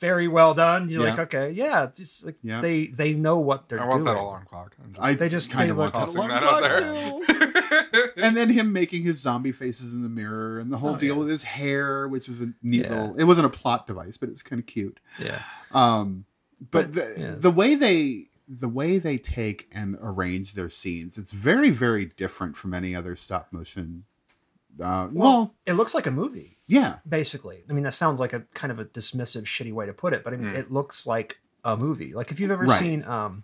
Speaker 4: very well done. You're like,
Speaker 3: Yeah.
Speaker 4: okay, yeah, just like
Speaker 3: Yeah.
Speaker 4: they they know what they're
Speaker 1: I want
Speaker 4: doing.
Speaker 1: that alarm clock. I'm just,
Speaker 3: I
Speaker 4: they just-
Speaker 3: kind
Speaker 4: they
Speaker 3: of want
Speaker 4: look-
Speaker 3: that
Speaker 1: Tossing that
Speaker 3: alarm
Speaker 1: out
Speaker 3: clock,
Speaker 1: there.
Speaker 3: too. and then him making his zombie faces in the mirror and the whole
Speaker 4: Oh,
Speaker 3: deal
Speaker 4: yeah.
Speaker 3: with his hair, which was a neat
Speaker 4: Yeah.
Speaker 3: little. It wasn't a plot device, but it was kind of cute.
Speaker 4: Yeah,
Speaker 3: Um,
Speaker 4: But,
Speaker 3: but, the,
Speaker 4: yeah.
Speaker 3: the way they the way they take and arrange their scenes, it's very very different from any other stop motion. Uh, well,
Speaker 4: it looks like a movie.
Speaker 3: yeah,
Speaker 4: basically. I mean, that sounds like a kind of a dismissive, shitty way to put it, but I mean,
Speaker 1: Mm.
Speaker 4: it looks like a movie. Like if you've ever
Speaker 3: Hmm. Right.
Speaker 4: seen, um,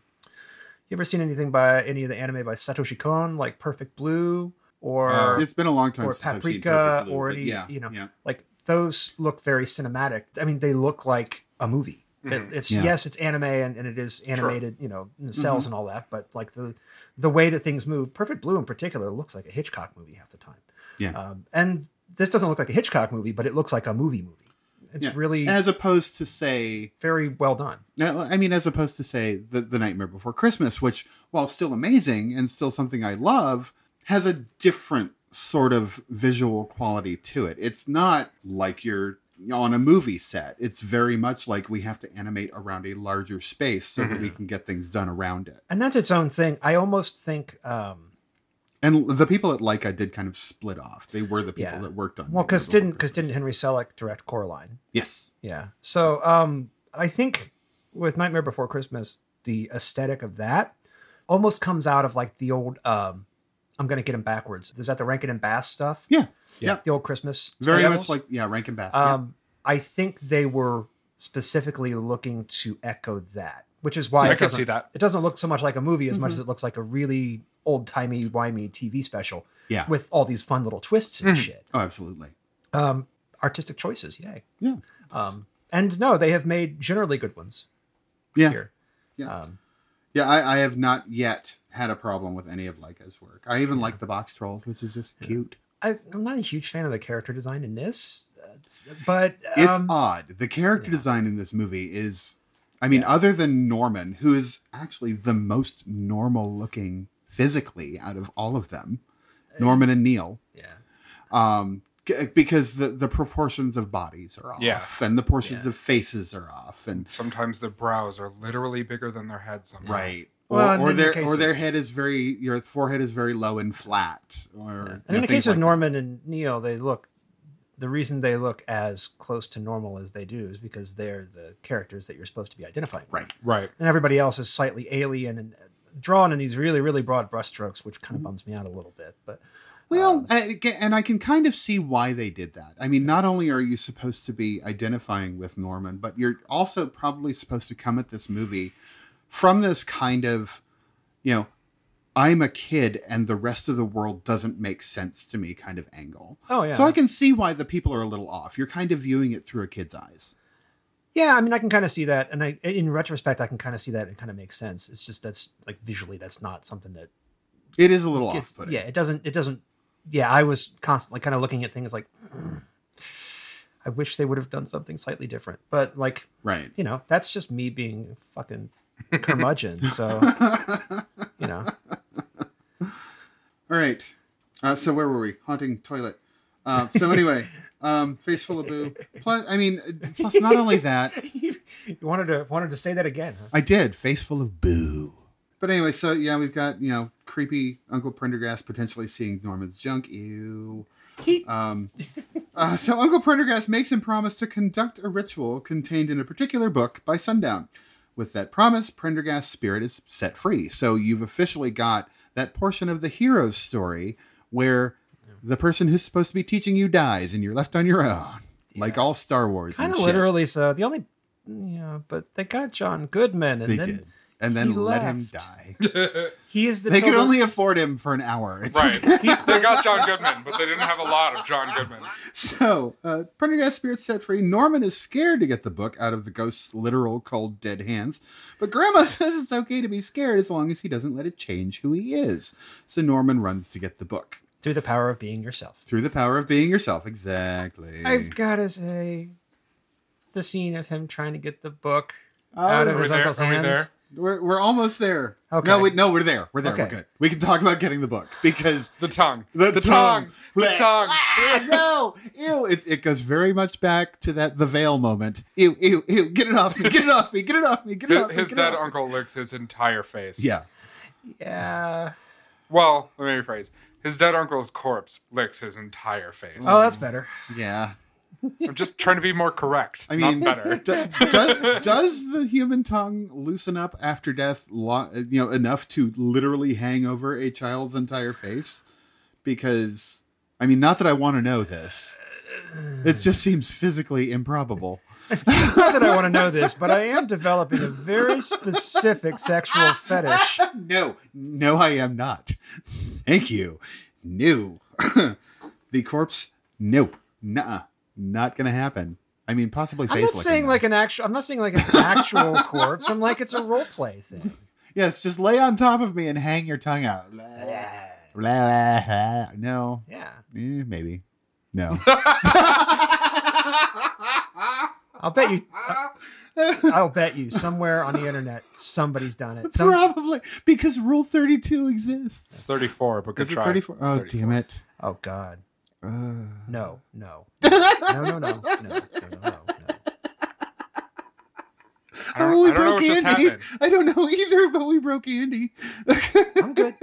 Speaker 4: you ever seen anything by any of the anime by Satoshi Kon, like Perfect Blue or
Speaker 1: Uh,
Speaker 3: it's been a long time
Speaker 4: or
Speaker 3: since I've seen
Speaker 4: Paprika,
Speaker 3: Perfect Blue,
Speaker 4: or
Speaker 3: but
Speaker 4: any-
Speaker 3: yeah,
Speaker 4: you know.
Speaker 3: yeah.
Speaker 4: like those look very cinematic. I mean, they look like a movie. It-
Speaker 1: Mhm.
Speaker 4: it's
Speaker 3: Yeah.
Speaker 4: yes, it's anime and, and it is animated, you know,
Speaker 3: Mm-hmm.
Speaker 4: cells and all that. But like the the way that things move, Perfect Blue in particular looks like a Hitchcock movie half the time.
Speaker 3: Yeah.
Speaker 4: um, and this doesn't look like a Hitchcock movie, but it looks like a movie movie. It's
Speaker 3: Yeah.
Speaker 4: really
Speaker 3: as opposed to say
Speaker 4: very well done.
Speaker 3: Now, I mean, as opposed to say the, the Nightmare Before Christmas, which, while still amazing and still something I love, has a different sort of visual quality to it. It's not like you're on a movie set. It's very much like we have to animate around a larger space so that
Speaker 4: Mm-hmm.
Speaker 3: we can get things done around it.
Speaker 4: And that's its own thing. I almost think, um,
Speaker 3: And the people at Leica did kind of split off. They were the people
Speaker 4: Yeah.
Speaker 3: that worked on.
Speaker 4: well,
Speaker 3: Nightmare
Speaker 4: because
Speaker 3: Before
Speaker 4: didn't because
Speaker 3: Christmas.
Speaker 4: didn't Henry Selick direct Coraline?
Speaker 3: yes,
Speaker 4: Yeah. So um I think with Nightmare Before Christmas, the aesthetic of that almost comes out of like the old um I'm gonna get him backwards. Is that the Rankin and Bass stuff?
Speaker 3: Yeah. Yeah.
Speaker 4: The old Christmas.
Speaker 3: very
Speaker 4: tales?
Speaker 3: much like yeah, Rankin Bass. yeah.
Speaker 4: um I think they were specifically looking to echo that. which is why
Speaker 1: I
Speaker 4: it
Speaker 1: can
Speaker 4: doesn't-
Speaker 1: see that.
Speaker 4: It doesn't look so much like a movie as much as it looks like a really old timey wimey TV special
Speaker 3: Yeah.
Speaker 4: with all these fun little twists and shit.
Speaker 3: Oh, absolutely.
Speaker 4: Um, artistic choices, yay.
Speaker 3: Yeah.
Speaker 4: Um, and no, they have made generally good ones
Speaker 3: Yeah.
Speaker 4: here.
Speaker 3: Yeah.
Speaker 4: Um,
Speaker 3: Yeah. I, I have not yet had a problem with any of Leica's work. I even like the box trolls, which is just cute.
Speaker 4: I, I'm not a huge fan of the character design in this, uh, but
Speaker 3: It's
Speaker 4: um,
Speaker 3: odd. The character
Speaker 4: yeah.
Speaker 3: design in this movie is, I mean, other than Norman, who is actually the most normal looking physically out of all of them,
Speaker 4: Uh,
Speaker 3: Norman and Neil.
Speaker 4: yeah.
Speaker 3: um g- because the the proportions of bodies are off
Speaker 1: Yeah.
Speaker 3: and the proportions
Speaker 4: Yeah.
Speaker 3: of faces are off and
Speaker 1: Sometimes their brows are literally bigger than their heads. Somehow.
Speaker 3: right
Speaker 4: Well, and
Speaker 3: or, or
Speaker 4: in the
Speaker 3: their
Speaker 4: case
Speaker 3: or
Speaker 4: of-
Speaker 3: their head is very your forehead is very low and flat
Speaker 4: And
Speaker 3: or you know,
Speaker 4: in the
Speaker 3: things
Speaker 4: case of
Speaker 3: like-
Speaker 4: Norman and Neil, they look the reason they look as close to normal as they do is because they're the characters that you're supposed to be identifying. with.
Speaker 3: right
Speaker 1: Right.
Speaker 4: And everybody else is slightly alien and drawn in these really, really broad brushstrokes, which kind of bums me out a little bit. But Um,
Speaker 3: well I- again, and i can kind of see why they did that i mean not only are you supposed to be identifying with norman but you're also probably supposed to come at this movie from this kind of you know i'm a kid and the rest of the world doesn't make sense to me kind of angle
Speaker 4: oh yeah,
Speaker 3: So I can see why the people are a little off. You're kind of viewing it through a kid's eyes.
Speaker 4: yeah. I mean, I can kind of see that, and I, in retrospect, I can kind of see that. It kind of makes sense. It's just that's like visually, that's not something that
Speaker 3: It is a little
Speaker 4: gets-
Speaker 3: off putting.
Speaker 4: yeah, it doesn't. It doesn't. Yeah, I was constantly kind of looking at things like. "Mm, I wish they would have done something slightly different, but like
Speaker 3: Right.
Speaker 4: you know, that's just me being fucking curmudgeon. So, you know,
Speaker 3: All right. Uh, so where were we? Haunting toilet. Uh, so anyway, um, face full of boo. Plus, I mean, plus not only that,
Speaker 4: you wanted to wanted to say that again. Huh?
Speaker 3: I did face full of boo. But anyway, so yeah, we've got you know creepy Uncle Prendergast potentially seeing Norman's junk. Ew.
Speaker 4: He-
Speaker 3: Um, uh, so Uncle Prendergast makes him promise to conduct a ritual contained in a particular book by sundown. With that promise, Prendergast's spirit is set free. So you've officially got that portion of the hero's story where the person who's supposed to be teaching you dies and you're left on your own, like all Star Wars.
Speaker 4: Kind of
Speaker 3: and shit.
Speaker 4: literally. So the only, yeah, but they got John Goodman, and
Speaker 3: They
Speaker 4: then
Speaker 3: did. And then
Speaker 4: he
Speaker 3: let him
Speaker 4: left.
Speaker 3: die.
Speaker 4: he is the
Speaker 3: they could
Speaker 4: total-
Speaker 3: only afford him for an hour. It's
Speaker 1: Right. they got John Goodman, but they didn't have a lot of John Goodman.
Speaker 3: So, uh, Prendergast spirit set free. Norman is scared to get the book out of the ghost's literal cold dead hands, but Grandma says it's okay to be scared as long as he doesn't let it change who he is. So Norman runs to get the book
Speaker 4: through the power of being yourself.
Speaker 3: through the power of being yourself. Exactly.
Speaker 4: I've gotta say, the scene of him trying to get the book
Speaker 3: Uh,
Speaker 4: out of
Speaker 1: Are we
Speaker 4: his
Speaker 1: there?
Speaker 4: uncle's
Speaker 1: Are we
Speaker 4: hands.
Speaker 1: there?
Speaker 3: we're, we're almost there.
Speaker 4: Okay.
Speaker 3: No, we, no, we're there. We're there. We're
Speaker 4: Okay.
Speaker 3: good. We can talk about getting the book because
Speaker 1: The tongue.
Speaker 3: The
Speaker 1: tongue.
Speaker 3: tongue.
Speaker 1: The
Speaker 3: Blech.
Speaker 1: tongue.
Speaker 3: Ah, no, ew! It, it goes very much back to that the veil moment. Ew, ew, ew! Get it off me! Get it off me! Get it off me! Get it off
Speaker 1: His,
Speaker 3: me!
Speaker 1: his
Speaker 3: get it
Speaker 1: dead
Speaker 3: off me.
Speaker 1: uncle licks his entire face.
Speaker 3: Yeah,
Speaker 4: Yeah.
Speaker 1: Well, let me rephrase. His dead uncle's corpse licks his entire face.
Speaker 4: Oh, that's better.
Speaker 3: yeah.
Speaker 1: I'm just trying to be more correct.
Speaker 3: I mean,
Speaker 1: not better.
Speaker 3: do- does, does the human tongue loosen up after death? Lo- you know, enough to literally hang over a child's entire face? Because I mean, not that I want to know this. It just seems physically improbable.
Speaker 4: Not that I want to know this, but I am developing a very specific sexual fetish.
Speaker 3: no, no, I am not. Thank you. No. the corpse, no. Nuh Not going to happen. I mean, possibly face
Speaker 4: I'm not saying like an actual. I'm not saying like an actual corpse. I'm like it's a role play thing.
Speaker 3: Yes, just lay on top of me and hang your tongue out. Blah, blah, blah. No.
Speaker 4: Yeah,
Speaker 3: Eh, maybe. No.
Speaker 4: I'll bet you.
Speaker 3: Ah,
Speaker 4: I'll bet you somewhere on the internet somebody's done it. Some,
Speaker 3: Probably because Rule 32 exists.
Speaker 1: It's 34, but good
Speaker 3: Is it
Speaker 1: try.
Speaker 3: 34?
Speaker 1: It's
Speaker 3: Oh,
Speaker 1: 34.
Speaker 3: damn it.
Speaker 4: oh God,
Speaker 3: Uh,
Speaker 4: no, no, no, no, no, no, no, no, no, no.
Speaker 1: I don't, I don't know what just
Speaker 3: Oh, Andy.
Speaker 1: happened.
Speaker 3: I don't know either, but we broke Andy.
Speaker 4: I'm good.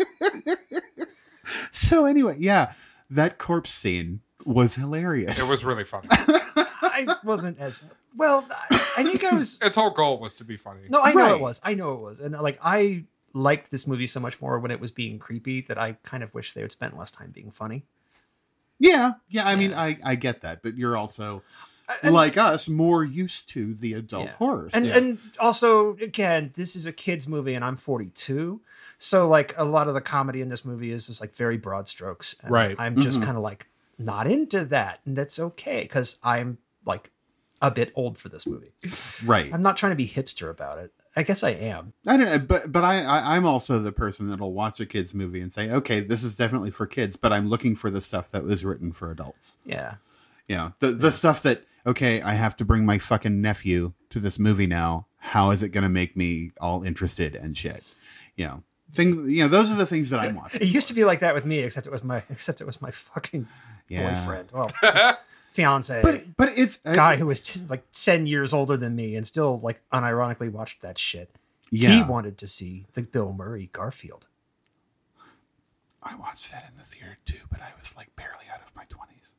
Speaker 3: So anyway, yeah, that corpse scene was hilarious.
Speaker 1: It was really funny.
Speaker 4: I wasn't as well. I, I think I was.
Speaker 1: Its whole goal was to be funny.
Speaker 4: No, I know
Speaker 3: Right.
Speaker 4: it was. I know it was, and like I liked this movie so much more when it was being creepy that I kind of wish they had spent less time being funny.
Speaker 3: Yeah, yeah. I mean, I I get that, but you're also
Speaker 4: And-
Speaker 3: like us, more used to the adult
Speaker 4: Yeah.
Speaker 3: horror.
Speaker 4: and
Speaker 3: stuff.
Speaker 4: and also again this is a kids movie and i'm 42 so like a lot of the comedy in this movie is just like very broad strokes and
Speaker 1: Right.
Speaker 4: i'm just kind of like not into that and that's okay because i'm like a bit old for this movie
Speaker 3: right.
Speaker 4: i'm not trying to be hipster about it i guess i am
Speaker 3: I don't know, but but I, I I'm also the person that'll watch a kids movie and say, okay, this is definitely for kids, but I'm looking for the stuff that was written for adults.
Speaker 4: yeah
Speaker 3: Yeah, the the stuff that okay, I have to bring my fucking nephew to this movie now. How is it going to make me all interested and shit? You know, thing. You know, those are the things that I'm watching.
Speaker 4: it used to be like that with me except it was my except it was my fucking
Speaker 3: Yeah.
Speaker 4: boyfriend well fiance
Speaker 3: But but it's
Speaker 4: guy who was t- like 10 years older than me and still like unironically watched that shit
Speaker 3: yeah,
Speaker 4: He wanted to see the Bill Murray Garfield.
Speaker 3: I watched that in the theater too, but I was like barely out of my twenties.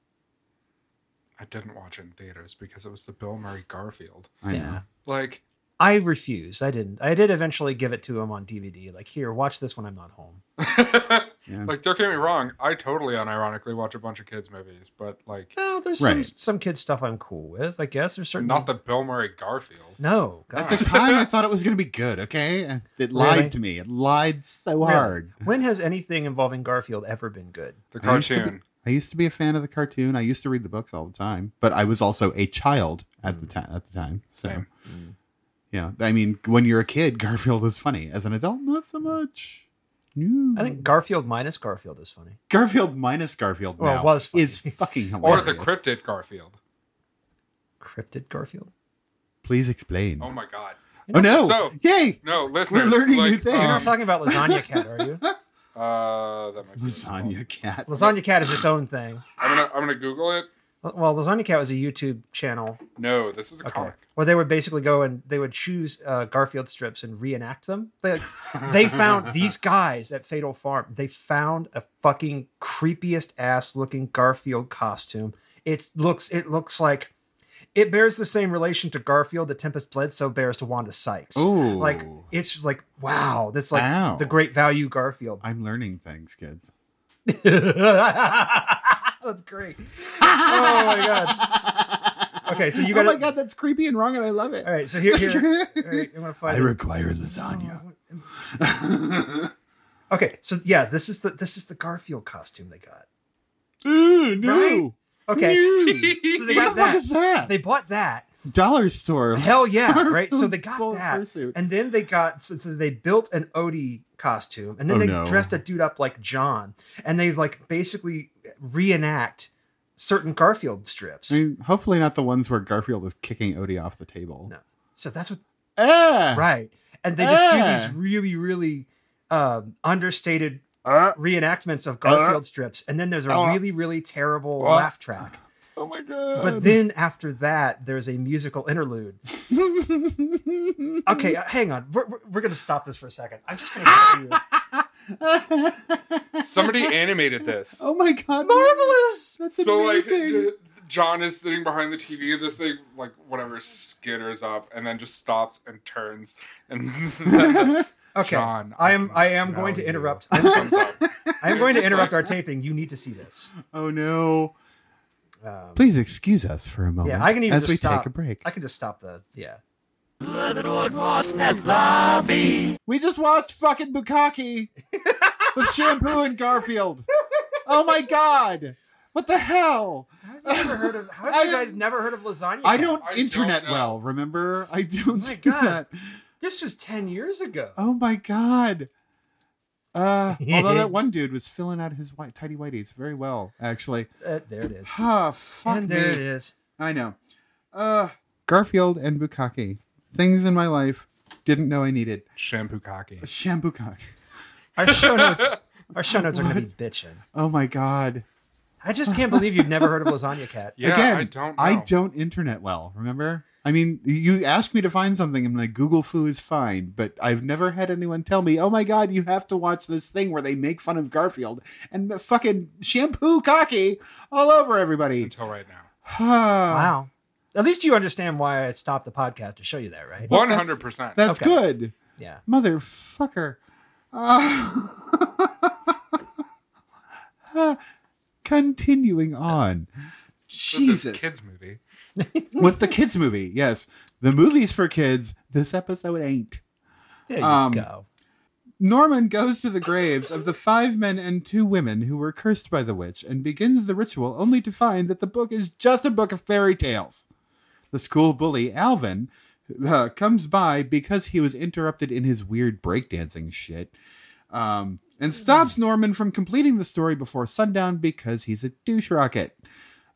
Speaker 1: I didn't watch it in theaters because it was the Bill Murray Garfield.
Speaker 3: I
Speaker 4: yeah.
Speaker 3: know.
Speaker 1: Like,
Speaker 4: I refused. I didn't. I did eventually give it to him on DVD. Like, here, watch this when I'm not home.
Speaker 3: Yeah.
Speaker 1: like don't get me wrong. I totally unironically watch a bunch of kids movies, but like
Speaker 4: Well, there's some
Speaker 3: Right.
Speaker 4: some kid stuff I'm cool with. I guess there's certain
Speaker 1: not the Bill Murray Garfield.
Speaker 4: no.
Speaker 3: At
Speaker 4: God.
Speaker 3: the time, I thought it was going to be good. Okay, And it lied
Speaker 4: Really?
Speaker 3: to me. It lied so
Speaker 4: Really.
Speaker 3: hard.
Speaker 4: When has anything involving Garfield ever been good?
Speaker 1: The
Speaker 3: I used to be-
Speaker 1: cartoon.
Speaker 3: I used to be a fan of the cartoon. I used to read the books all the time, but I was also a child at the
Speaker 4: Mm.
Speaker 3: time. At the time, so
Speaker 1: Same.
Speaker 3: yeah. I mean, when you're a kid, Garfield is funny. As an adult, not so much. No.
Speaker 4: I think Garfield minus Garfield is funny.
Speaker 3: Garfield minus Garfield
Speaker 4: Well,
Speaker 3: now
Speaker 4: was funny.
Speaker 3: is fucking
Speaker 1: Or
Speaker 3: hilarious.
Speaker 1: the cryptid Garfield.
Speaker 4: Cryptid Garfield.
Speaker 3: Please explain.
Speaker 1: Oh my god.
Speaker 3: Oh, no!
Speaker 1: So-
Speaker 3: Yay!
Speaker 1: No, listeners.
Speaker 3: learning new things.
Speaker 4: You're not
Speaker 1: um,
Speaker 4: talking about Lasagna Cat, are you?
Speaker 1: uh, that might be
Speaker 3: Lasagna cat.
Speaker 4: Lasagna Cat is its own thing.
Speaker 1: I'm gonna I'm gonna Google it.
Speaker 4: Well, Lasagna Cat was a YouTube channel
Speaker 1: No, this is a
Speaker 4: Okay.
Speaker 1: comic.
Speaker 4: Where they would basically go and they would choose uh, Garfield strips and reenact them. They, they found these guys at Fatal Farm. They found a fucking creepiest ass looking Garfield costume. It looks it looks like it bears the same relation to Garfield that Tempest Bledsoe bears to Wanda Sykes.
Speaker 3: Ooh.
Speaker 4: Like it's like wow, that's like
Speaker 3: Wow.
Speaker 4: the great value Garfield.
Speaker 3: I'm learning things, kids.
Speaker 4: that's great. oh my god. Okay, so you got
Speaker 3: oh my god, that's creepy and wrong, and I love it.
Speaker 4: All right, so here, here. All right, I'm gonna find.
Speaker 3: I
Speaker 4: it.
Speaker 3: require lasagna.
Speaker 4: Okay, so yeah, this is the this is the Garfield costume they got.
Speaker 3: Ooh, no.
Speaker 4: Okay,
Speaker 3: No.
Speaker 4: so they
Speaker 3: what
Speaker 4: got
Speaker 3: the fuck
Speaker 4: that.
Speaker 3: is that?
Speaker 4: They bought that.
Speaker 3: Dollar store.
Speaker 4: Hell yeah, right? So they got
Speaker 3: Full
Speaker 4: that,
Speaker 3: fursuit.
Speaker 4: and then they got so, so they built an Odie costume, and then
Speaker 3: Oh,
Speaker 4: they
Speaker 3: no.
Speaker 4: dressed a dude up like John, and they like basically reenact certain Garfield strips.
Speaker 3: I mean, hopefully not the ones where Garfield is kicking Odie off the table.
Speaker 4: No. So that's what
Speaker 3: Ah!
Speaker 4: right, and they just do
Speaker 3: Ah.
Speaker 4: these really really um, understated
Speaker 1: Uh,
Speaker 4: reenactments of Garfield strips, and then there's a
Speaker 1: Uh,
Speaker 4: really, really terrible
Speaker 1: uh,
Speaker 4: laugh track.
Speaker 1: oh my god.
Speaker 3: um,
Speaker 4: But then after that, there's a musical interlude. Okay, uh, hang on. We're, we're, we're going to stop this for a second. I'm just going to.
Speaker 1: Somebody animated this.
Speaker 3: oh my god. Marvelous! That's
Speaker 1: so like
Speaker 3: amazing.
Speaker 1: uh, John is sitting behind the TV. This thing like whatever skitters up and then just stops and turns and
Speaker 4: Okay,
Speaker 1: John,
Speaker 4: I am.
Speaker 1: can
Speaker 4: I am
Speaker 1: smell
Speaker 4: going to
Speaker 1: you.
Speaker 4: interrupt.
Speaker 1: Thumbs
Speaker 4: I'm,
Speaker 1: up.
Speaker 4: I'm going to interrupt our taping. You need to see this.
Speaker 3: oh no.
Speaker 4: Um,
Speaker 3: Please excuse us for a moment
Speaker 4: yeah, I can even
Speaker 3: as
Speaker 4: just
Speaker 3: we
Speaker 4: stop.
Speaker 3: take a break.
Speaker 4: I can just stop the. Yeah.
Speaker 3: We just watched fucking Bukaki with Shampoo and Garfield. Oh my god. What the hell?
Speaker 4: Have you ever heard of? How
Speaker 3: I
Speaker 4: have you
Speaker 3: don't-
Speaker 4: guys never heard of lasagna?
Speaker 3: I
Speaker 4: Cat?
Speaker 3: don't
Speaker 1: I don't
Speaker 3: internet
Speaker 1: know.
Speaker 3: well, remember? I don't
Speaker 4: Oh my
Speaker 3: do
Speaker 4: God.
Speaker 3: that.
Speaker 4: This was ten years ago.
Speaker 3: Oh my god. Uh, although that one dude was filling out his white, tidy whities very well, actually.
Speaker 4: Uh, there it is.
Speaker 3: Ah, fuck
Speaker 4: and
Speaker 3: me.
Speaker 4: there it is.
Speaker 3: I know. Uh, Garfield and Bukaki. Things in my life didn't know I needed.
Speaker 1: Shampoo cocky.
Speaker 3: Shambukaki.
Speaker 4: Our show notes. Our show notes are going to be bitching.
Speaker 3: Oh my god.
Speaker 4: I just can't believe you've never heard of Lasagna Cat.
Speaker 1: Yeah,
Speaker 3: Again,
Speaker 1: I don't. Know.
Speaker 3: I don't internet well. Remember? I mean, you ask me to find something, and like Google foo is fine, but I've never had anyone tell me, "Oh my god, you have to watch this thing where they make fun of Garfield and the fucking shampoo cocky all over everybody."
Speaker 1: until right now.
Speaker 3: wow,
Speaker 4: Wow. At least you understand why I stopped the podcast to show you that, right?
Speaker 1: One hundred percent.
Speaker 3: that's
Speaker 4: Okay.
Speaker 3: good,
Speaker 4: Yeah.
Speaker 3: motherfucker. Uh, continuing on,
Speaker 1: This
Speaker 3: Jesus,
Speaker 1: kids movie.
Speaker 3: with the kids movie. Yes, the movies for kids. This episode ain't.
Speaker 4: There you
Speaker 3: Um,
Speaker 4: go.
Speaker 3: Norman goes to the graves of the five men and two women who were cursed by the witch and begins the ritual only to find that the book is just a book of fairy tales. The school bully, Alvin, uh, comes by because he was interrupted in his weird breakdancing shit um, and stops Norman from completing the story before sundown because he's a douche rocket.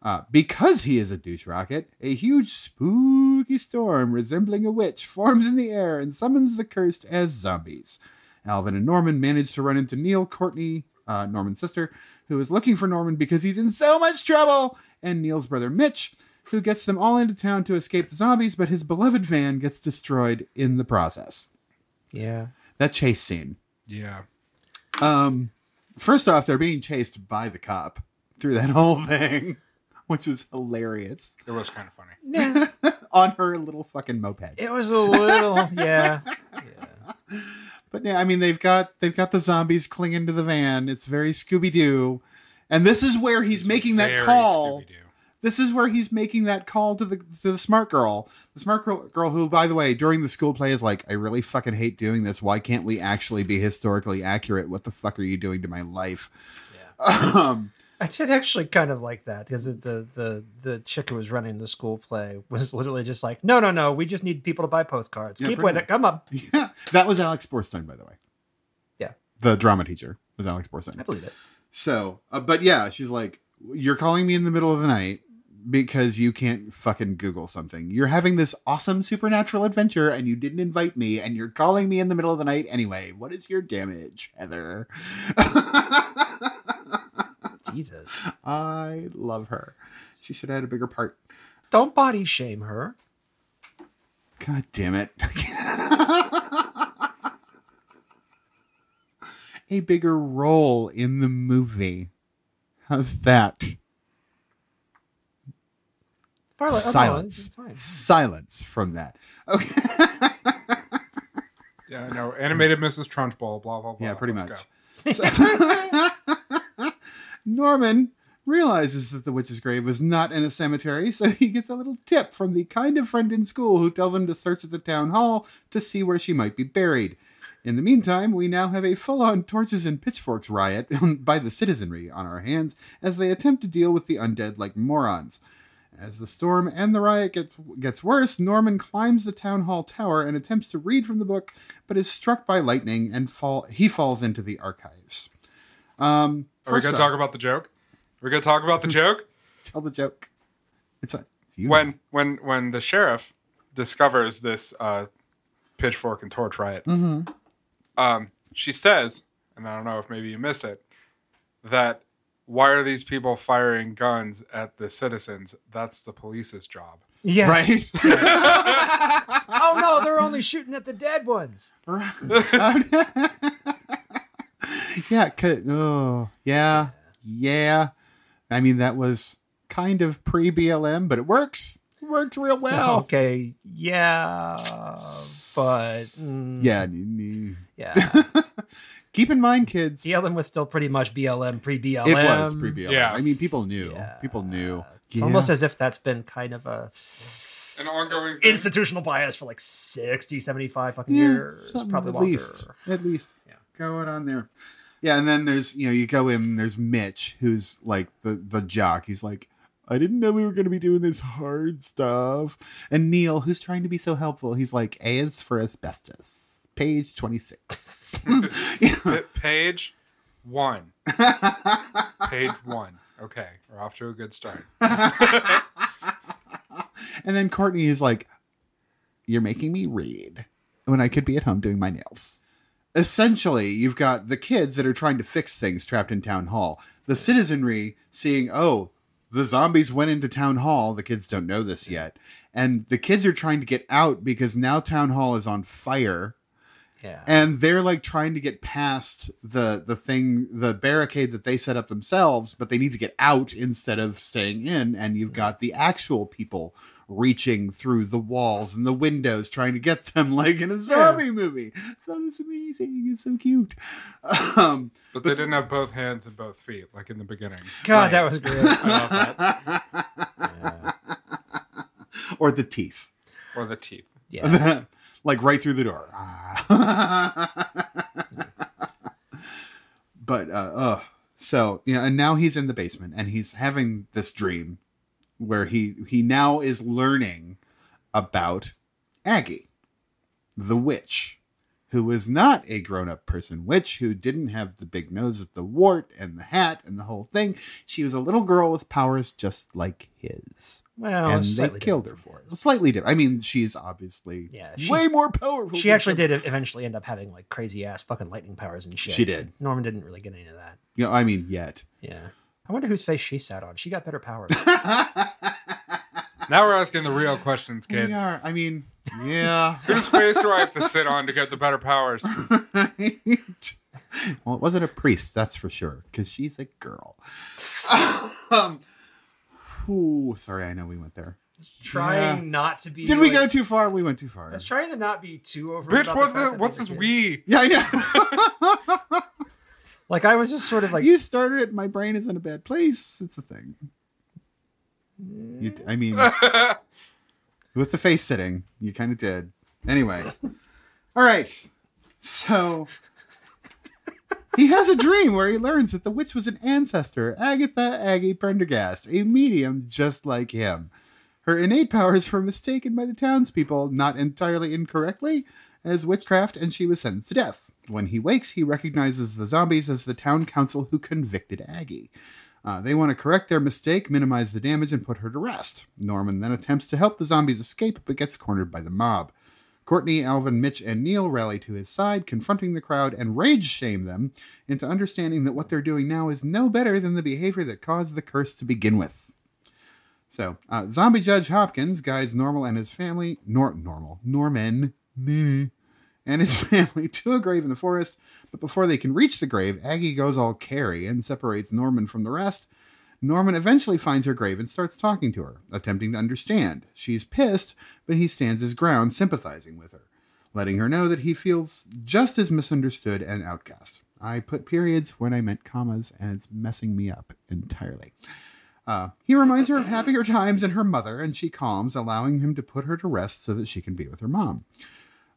Speaker 3: Uh, because he is a douche rocket, a huge spooky storm resembling a witch forms in the air and summons the cursed as zombies. Alvin and Norman manage to run into Neil Courtney, uh, Norman's sister, who is looking for Norman because he's in so much trouble, and Neil's brother Mitch, who gets them all into town to escape the zombies, but his beloved van gets destroyed in the process.
Speaker 4: Yeah.
Speaker 3: That chase scene.
Speaker 1: Yeah.
Speaker 3: Um, first off, they're being chased by the cop through that whole thing, which was hilarious
Speaker 1: It was kind of funny.
Speaker 4: Yeah.
Speaker 3: on her little fucking moped.
Speaker 4: It was a little, yeah. yeah.
Speaker 3: But yeah, I mean they've got they've got the zombies clinging to the van. It's very Scooby Doo, and this is where he's
Speaker 1: It's
Speaker 3: making that
Speaker 1: very
Speaker 3: call.
Speaker 1: Scooby-Doo.
Speaker 3: This is where he's making that call to the to the smart girl, the smart girl, girl who, by the way, during the school play is like, "I really fucking hate doing this. Why can't we actually be historically accurate? What the fuck are you doing to my life?" Um,
Speaker 4: I did actually kind of like that because the, the the the chick who was running the school play was literally just like, no, no, no, we just need people to buy postcards.
Speaker 3: Yeah,
Speaker 4: Keep
Speaker 3: pretty
Speaker 4: with it. Come up.
Speaker 3: Yeah, that was Alex Borstein, by the way.
Speaker 4: Yeah.
Speaker 3: the drama teacher was Alex
Speaker 4: I
Speaker 3: Borstein.
Speaker 4: believe it.
Speaker 3: So, uh, but yeah, she's like, "You're calling me in the middle of the night because you can't fucking Google something. You're having this awesome supernatural adventure, and you didn't invite me, and you're calling me in the middle of the night anyway. What is your damage, Heather?"
Speaker 4: Jesus.
Speaker 3: I love her. She should have had a bigger part.
Speaker 4: Don't body shame her.
Speaker 3: God damn it. a bigger role in the movie. How's that?
Speaker 4: Farla, oh, no,
Speaker 3: Silence.
Speaker 4: it's fine.
Speaker 3: Silence from that. Okay.
Speaker 1: Yeah, I know. Animated Mrs. Trunchbull, blah, blah, blah.
Speaker 3: yeah, pretty
Speaker 1: Let's
Speaker 3: much.
Speaker 1: go.
Speaker 3: So- Norman realizes that the witch's grave was not in a cemetery, so he gets a little tip from the kind of friend in school who tells him to search at the town hall to see where she might be buried. In the meantime, we now have a full on torches and pitchforks riot by the citizenry on our hands as they attempt to deal with the undead like morons. As the storm and the riot gets, gets worse, Norman climbs the town hall tower and attempts to read from the book, but is struck by lightning and fall, he falls into the archives. Um,
Speaker 1: Are we
Speaker 3: first
Speaker 1: going to
Speaker 3: off-
Speaker 1: talk about the joke? We're going to talk about the joke?
Speaker 3: tell the joke. It's, a, it's you.
Speaker 1: when when when the sheriff discovers this uh, pitchfork and torch riot,
Speaker 3: Mhm.
Speaker 1: um, she says, and I don't know if maybe you missed it, that why are these people firing guns at the citizens? That's the police's job.
Speaker 4: Yes.
Speaker 3: right?
Speaker 4: Oh no, they're only shooting at the dead ones.
Speaker 3: yeah. 'cause- Oh, yeah. Yeah. I mean, that was kind of pre BLM, but it works. It worked real well.
Speaker 4: Okay. Yeah. But mm,
Speaker 3: Yeah. n- n-
Speaker 4: Yeah.
Speaker 3: Keep in mind, kids.
Speaker 4: DLM was still pretty much BLM pre BLM.
Speaker 3: It was pre BLM.
Speaker 1: Yeah.
Speaker 3: I mean, people knew.
Speaker 4: Yeah.
Speaker 3: People knew.
Speaker 4: It's almost as if that's been kind of a
Speaker 1: An ongoing thing.
Speaker 4: institutional bias for like 60, 75 fucking
Speaker 3: Yeah,
Speaker 4: years,
Speaker 3: something
Speaker 4: probably
Speaker 3: at
Speaker 4: longer.
Speaker 3: least at least
Speaker 4: Yeah.
Speaker 3: going on there yeah and then there's you know you go in there's mitch who's like the the jock he's like i didn't know we were going to be doing this hard stuff and neil who's trying to be so helpful he's like a is for asbestos page 26 Yeah.
Speaker 1: Pa- page one. page one. Okay, we're off to a good start.
Speaker 3: and then courtney is like you're making me read when i could be at home doing my nails essentially you've got the kids that are trying to fix things trapped in town hall the citizenry seeing oh the zombies went into town hall the kids don't know this yet and the kids are trying to get out because now town hall is on fire
Speaker 4: Yeah.
Speaker 3: and they're like trying to get past the the thing the barricade that they set up themselves but they need to get out instead of staying in and you've got the actual people reaching through the walls and the windows trying to get them like in a zombie movie that is amazing it's so cute um
Speaker 1: But they didn't have both hands and both feet, like in the beginning.
Speaker 4: God,
Speaker 3: Right.
Speaker 4: that was great.
Speaker 1: I love that.
Speaker 4: Yeah.
Speaker 3: or the teeth,
Speaker 1: or the teeth.
Speaker 4: Yeah.
Speaker 3: like right through the door. but uh, uh, so you know, and now he's in the basement and he's having this dream where he he now is learning about Aggie, the witch, who was not a grown up person witch, who didn't have the big nose with the wart and the hat and the whole thing. She was a little girl with powers just like his
Speaker 4: Well,
Speaker 3: and they
Speaker 4: slightly
Speaker 3: killed her
Speaker 4: different from
Speaker 3: for it.
Speaker 4: his.
Speaker 3: Slightly different. I mean, she's obviously
Speaker 4: Yeah, she-
Speaker 3: way more powerful.
Speaker 4: She
Speaker 3: than
Speaker 4: actually
Speaker 3: some-
Speaker 4: did eventually end up having like crazy ass fucking lightning powers and shit.
Speaker 3: She did.
Speaker 4: Norman didn't really get any of that.
Speaker 3: You know, I mean, yet.
Speaker 4: Yeah. I wonder whose face she sat on. She got better powers.
Speaker 1: Now we're asking the real questions,
Speaker 3: We
Speaker 1: kids.
Speaker 3: are. I mean, yeah.
Speaker 1: Whose face do I have to sit on to get the better powers?
Speaker 3: well, it wasn't a priest, that's for sure, because she's a girl. um, whew, sorry, I know we went there.
Speaker 4: trying not to be.
Speaker 3: Did we
Speaker 4: like-
Speaker 3: go too far? We went too far.
Speaker 4: I was trying to not be too over.
Speaker 1: Bitch,
Speaker 4: about
Speaker 1: what's
Speaker 4: the fact
Speaker 1: the,
Speaker 4: that
Speaker 1: what's
Speaker 4: these
Speaker 1: this
Speaker 4: are kids.
Speaker 1: we?
Speaker 3: Yeah, I know.
Speaker 4: Like I was just sort of like
Speaker 3: you started it. My brain is in a bad place. It's a thing. You, I mean, with the face sitting, you kind of did. Anyway, all right. So he has a dream where he learns that the witch was an ancestor, Agatha Aggie Prendergast, a medium just like him. Her innate powers were mistaken by the townspeople, not entirely incorrectly, as witchcraft, and she was sentenced to death. When he wakes, he recognizes the zombies as the town council who convicted Aggie. Uh, they want to correct their mistake, minimize the damage, and put her to rest. Norman then attempts to help the zombies escape, but gets cornered by the mob. Courtney, Alvin, Mitch, and Neil rally to his side, confronting the crowd and rage shame them into understanding that what they're doing now is no better than the behavior that caused the curse to begin with. So, uh, zombie Judge Hopkins guides Normal and his family, Nor Normal, Norman, meh, and his family to a grave in the forest. But before they can reach the grave, Aggie goes all carry and separates Norman from the rest. Norman eventually finds her grave and starts talking to her, attempting to understand. She's pissed, but he stands his ground, sympathizing with her, letting her know that he feels just as misunderstood and outcast. I put periods when I meant commas, and it's messing me up entirely. Uh, he reminds her of happier times and her mother, and she calms, allowing him to put her to rest so that she can be with her mom.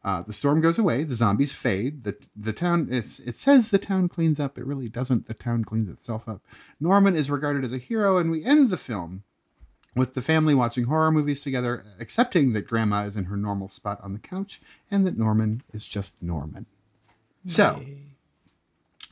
Speaker 3: Uh, the storm goes away. The zombies fade. The the town it's, it says the town cleans up. It really doesn't. The town cleans itself up. Norman is regarded as a hero, and we end the film with the family watching horror movies together, accepting that Grandma is in her normal spot on the couch, and that Norman is just Norman. So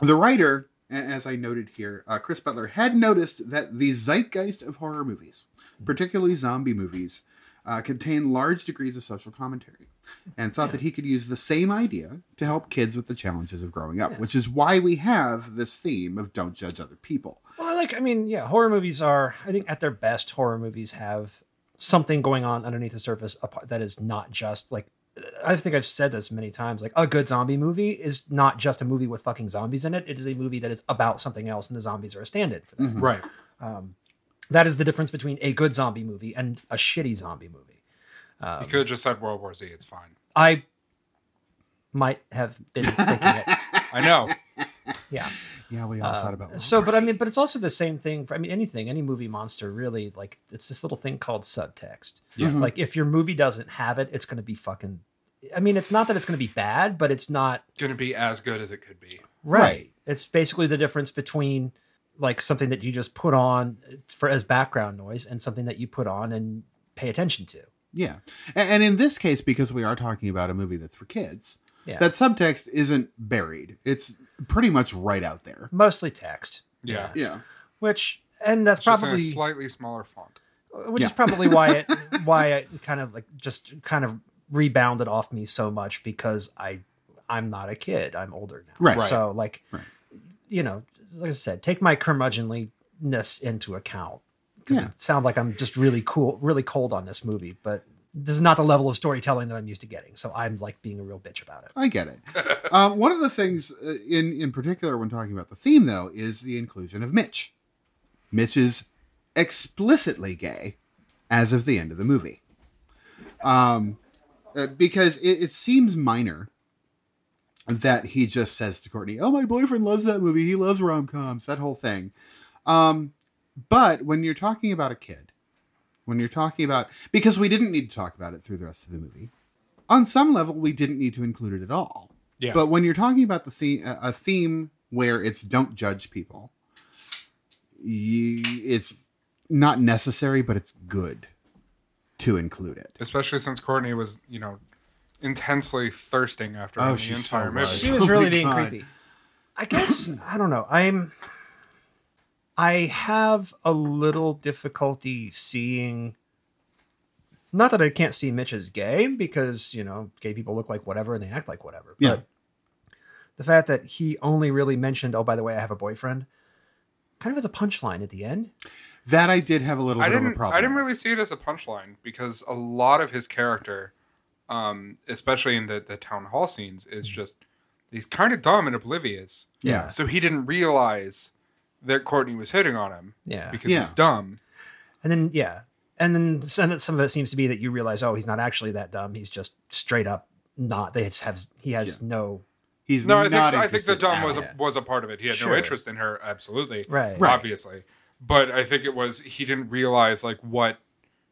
Speaker 3: the writer, a- as I noted here, uh, Chris Butler had noticed that the zeitgeist of horror movies,
Speaker 4: Mm-hmm.
Speaker 3: particularly zombie movies, uh, contain large degrees of social commentary, and thought that he could use the same idea to help kids with the challenges of growing up, which is why we have this theme of don't judge other people.
Speaker 4: Well, I like, I mean, yeah, horror movies are, I think at their best, horror movies have something going on underneath the surface apart- that is not just like, I think I've said this many times. Like, a good zombie movie is not just a movie with fucking zombies in it. It is a movie that is about something else, and the zombies are a stand in for that.
Speaker 1: Right.
Speaker 4: That is the difference between a good zombie movie and a shitty zombie movie.
Speaker 1: you could have just said World War Z. It's fine.
Speaker 4: I might have been thinking it.
Speaker 1: I know.
Speaker 4: Yeah.
Speaker 3: Yeah, we all thought about
Speaker 4: Uh, So, but I mean, but it's also the same thing for, I mean, anything, any movie monster really, like, it's this little thing called subtext.
Speaker 1: Yeah. Mhm.
Speaker 4: Like, if your movie doesn't have it, it's going to be fucking. I mean, it's not that it's going to be bad, but it's not
Speaker 1: Going to be as good as it could be.
Speaker 4: right.
Speaker 3: Right.
Speaker 4: It's basically the difference between like something that you just put on uh, for as background noise and something that you put on and pay attention to.
Speaker 3: Yeah, A- and in this case, because we are talking about a movie that's for kids,
Speaker 4: Yeah.
Speaker 3: that subtext isn't buried. It's pretty much right out there.
Speaker 4: Mostly text.
Speaker 1: Yeah.
Speaker 3: Yeah.
Speaker 4: Which, and that's
Speaker 1: It's just in
Speaker 4: probably.
Speaker 1: a slightly smaller font.
Speaker 4: which is
Speaker 3: Yeah.
Speaker 4: probably why it why it kind of like just kind of rebounded off me so much because I I'm not a kid. I'm older now.
Speaker 3: Right. Right.
Speaker 4: So like
Speaker 3: Right.
Speaker 4: you know, like I said, take my curmudgeonliness into account. 'Cause
Speaker 3: Yeah.
Speaker 4: It sound like I'm just really cool, really cold on this movie, but this is not the level of storytelling that I'm used to getting. So I'm like being a real bitch about it.
Speaker 3: I get it. um, one of the things uh, in in particular when talking about the theme though is the inclusion of Mitch. Mitch is explicitly gay as of the end of the movie, um, uh, because it, it seems minor that he just says to Courtney, "Oh, my boyfriend loves that movie. He loves rom coms. That whole thing." Um, but when you're talking about a kid when you're talking about because we didn't need to talk about it through the rest of the movie. On some level, we didn't need to include it at all.
Speaker 1: Yeah.
Speaker 3: But when you're talking about the scene, a a theme where it's don't judge people, you, it's not necessary, but it's good to include it.
Speaker 1: especially since Courtney was, you know, intensely thirsting after
Speaker 3: Oh,
Speaker 1: him
Speaker 3: she
Speaker 1: the
Speaker 3: so
Speaker 1: entire
Speaker 3: was.
Speaker 1: movie.
Speaker 4: She was
Speaker 3: Oh
Speaker 4: really
Speaker 3: my
Speaker 4: being
Speaker 3: God.
Speaker 4: creepy. I guess I don't know. I'm I have a little difficulty seeing not that I can't see Mitch as gay because, you know, gay people look like whatever and they act like whatever.
Speaker 3: Yeah.
Speaker 4: But the fact that he only really mentioned, oh, by the way, I have a boyfriend, kind of as a punchline at the end.
Speaker 3: That I did have a little
Speaker 1: I
Speaker 3: bit of a
Speaker 1: didn't.
Speaker 3: problem.
Speaker 1: I didn't
Speaker 3: with.
Speaker 1: really see it as a punchline because a lot of his character, um, especially in the the town hall scenes, is just he's kind of dumb and oblivious.
Speaker 3: Mm-hmm. Yeah.
Speaker 1: So he didn't realize that Courtney was hitting on him
Speaker 4: Yeah.
Speaker 1: because he's
Speaker 3: Yeah.
Speaker 1: dumb.
Speaker 4: And then yeah, and then some some of it seems to be that you realize, oh, he's not actually that dumb. He's just straight up not. They just have he has
Speaker 3: Yeah.
Speaker 4: no
Speaker 3: He's
Speaker 1: No, I think
Speaker 3: not
Speaker 1: I think the
Speaker 3: interested
Speaker 1: dumb
Speaker 3: at
Speaker 1: was
Speaker 3: all.
Speaker 1: a, was a part of it. He had
Speaker 4: Sure.
Speaker 1: no interest in her, absolutely,
Speaker 4: Right.
Speaker 3: Right.
Speaker 1: obviously. But I think it was he didn't realize like what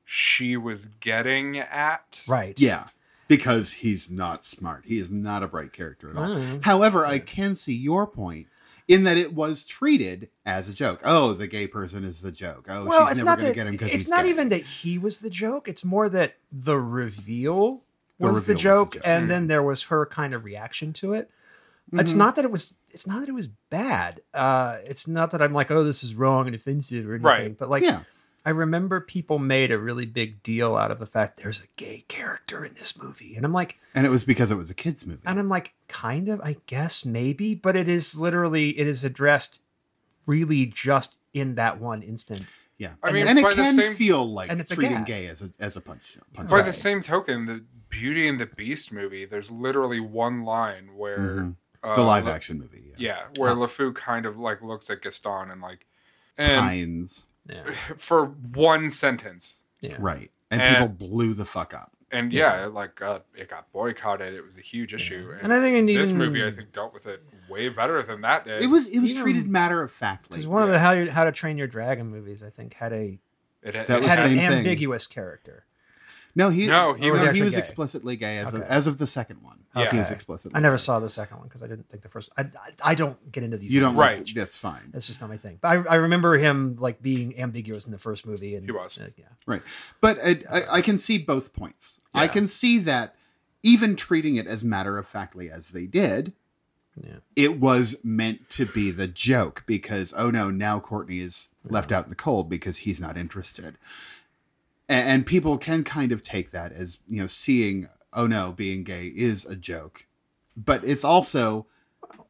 Speaker 1: she was getting at.
Speaker 4: right.
Speaker 3: Yeah, because he's not smart. He is not a bright character at all.
Speaker 4: Mm.
Speaker 3: However, I can see your point in that it was treated as a joke. Oh, the gay person is the joke. Oh,
Speaker 4: Well,
Speaker 3: she's
Speaker 4: it's
Speaker 3: never
Speaker 4: not
Speaker 3: going to
Speaker 4: that
Speaker 3: get him because
Speaker 4: it's
Speaker 3: he's
Speaker 4: not
Speaker 3: gay.
Speaker 4: even that he was the joke. It's more that the reveal
Speaker 3: The
Speaker 4: was the
Speaker 3: reveal was
Speaker 4: joke,
Speaker 3: the joke. Mm.
Speaker 4: and then there was her kind of reaction to it.
Speaker 3: Mm-hmm.
Speaker 4: It's not that it was. It's not that it was bad. Uh, it's not that I'm like, oh, this is wrong and offensive or anything.
Speaker 1: Right.
Speaker 4: But like,
Speaker 3: Yeah.
Speaker 4: I remember people made a really big deal out of the fact there's a gay character in this movie, and I'm like,
Speaker 3: And it was because it was a kids movie.
Speaker 4: and I'm like, kind of, I guess, maybe, but it is literally it is addressed really just in that one instant.
Speaker 3: Yeah,
Speaker 1: I
Speaker 3: and,
Speaker 1: mean,
Speaker 3: and it
Speaker 1: by the
Speaker 3: can
Speaker 1: same-
Speaker 3: feel like
Speaker 4: and it's a
Speaker 3: treating
Speaker 4: gag.
Speaker 3: gay as a as a punch. punch
Speaker 1: By
Speaker 3: bag.
Speaker 1: the same token, the Beauty and the Beast movie, there's literally one line where
Speaker 3: Mhm.
Speaker 1: uh,
Speaker 3: the live
Speaker 1: Le-
Speaker 3: action movie. Yeah,
Speaker 1: yeah, where LeFou kind of like looks at Gaston and like, and
Speaker 3: Pines,
Speaker 4: Yeah.
Speaker 1: for one sentence,
Speaker 3: right? And,
Speaker 1: And-
Speaker 3: people blew the fuck up.
Speaker 1: and yeah, like uh, it got boycotted. It was a huge issue,
Speaker 4: And I think in
Speaker 1: this
Speaker 4: even-
Speaker 1: movie I think dealt with it way better than that did.
Speaker 3: It was it was
Speaker 4: even-
Speaker 3: treated matter of factly.
Speaker 4: Because one of the how, you, how to Train Your Dragon movies, I think, had a
Speaker 1: It, it
Speaker 3: That was
Speaker 4: had
Speaker 1: had-
Speaker 3: same
Speaker 4: an
Speaker 3: thing.
Speaker 4: ambiguous character.
Speaker 3: No, he
Speaker 1: No, he
Speaker 4: was
Speaker 3: he
Speaker 4: actually
Speaker 3: was
Speaker 4: gay.
Speaker 3: explicitly gay as of,
Speaker 4: Okay.
Speaker 3: as of the second one. He
Speaker 1: Yeah.
Speaker 3: was
Speaker 4: Okay.
Speaker 3: explicitly.
Speaker 4: I never
Speaker 3: gay.
Speaker 4: saw the second one because I didn't think the first. I, I, I don't get into these.
Speaker 3: You don't
Speaker 4: movies.
Speaker 3: right.
Speaker 1: Right.
Speaker 3: that's fine.
Speaker 4: That's just not my thing. But I, I remember him like being ambiguous in the first movie, and
Speaker 1: He was.
Speaker 4: uh, yeah,
Speaker 3: Right. But I, I, I can see both points. I
Speaker 1: Yeah.
Speaker 3: can see that even treating it as matter of factly as they did,
Speaker 4: Yeah.
Speaker 3: it was meant to be the joke because, oh no, now Courtney is left out in the cold because he's not interested. A- And, people can kind of take that as, you know, seeing, oh no, being gay is a joke. But it's also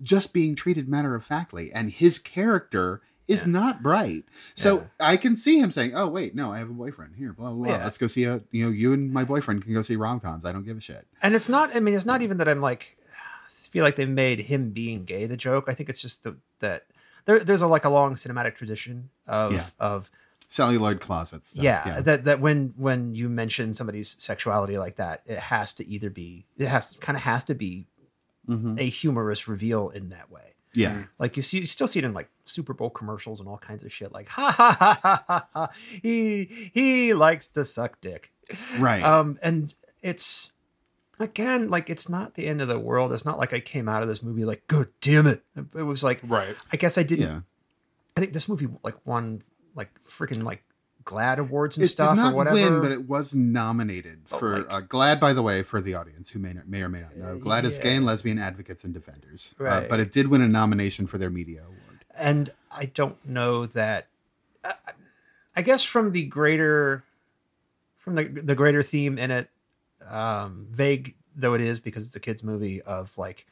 Speaker 3: just being treated matter of factly. And his character is
Speaker 4: Yeah.
Speaker 3: not bright. So
Speaker 4: Yeah.
Speaker 3: I can see him saying, "Oh wait, no, I have a boyfriend here." Blah blah. blah.
Speaker 4: Yeah.
Speaker 3: Let's go see a you know you and my boyfriend can go see rom coms. I don't give a shit.
Speaker 4: and it's not. I mean, it's not even that I'm like feel like they made him being gay the joke. I think it's just the, that there, there's a like a long cinematic tradition of
Speaker 3: Yeah.
Speaker 4: of
Speaker 3: Celluloid closets. stuff.
Speaker 4: yeah, that that when when you mention somebody's sexuality like that, it has to either be it has kind of has to be
Speaker 3: Mhm.
Speaker 4: a humorous reveal in that way.
Speaker 3: yeah.
Speaker 4: Like you see, you still see it in like Super Bowl commercials and all kinds of shit. Like ha ha ha ha ha, ha. he he likes to suck dick.
Speaker 3: Right.
Speaker 4: Um, and it's again like it's not the end of the world. It's not like I came out of this movie like God damn it. It was like
Speaker 1: right.
Speaker 4: I guess I didn't.
Speaker 3: yeah.
Speaker 4: I think this movie like won like freaking like Glad awards and
Speaker 3: It
Speaker 4: stuff
Speaker 3: did not
Speaker 4: or whatever. Oh
Speaker 3: win, but it was nominated
Speaker 4: But,
Speaker 3: for
Speaker 4: like-
Speaker 3: uh, GLAD. By the way, for the audience who may, not, may or may not know, GLAD is Gay and Lesbian Advocates and Defenders. Uh,
Speaker 4: Uh, Right.
Speaker 3: but it did win a nomination for their media award.
Speaker 4: and I don't know that. I, I guess from the greater, from the the greater theme in it, um, vague though it is because it's a kids movie of like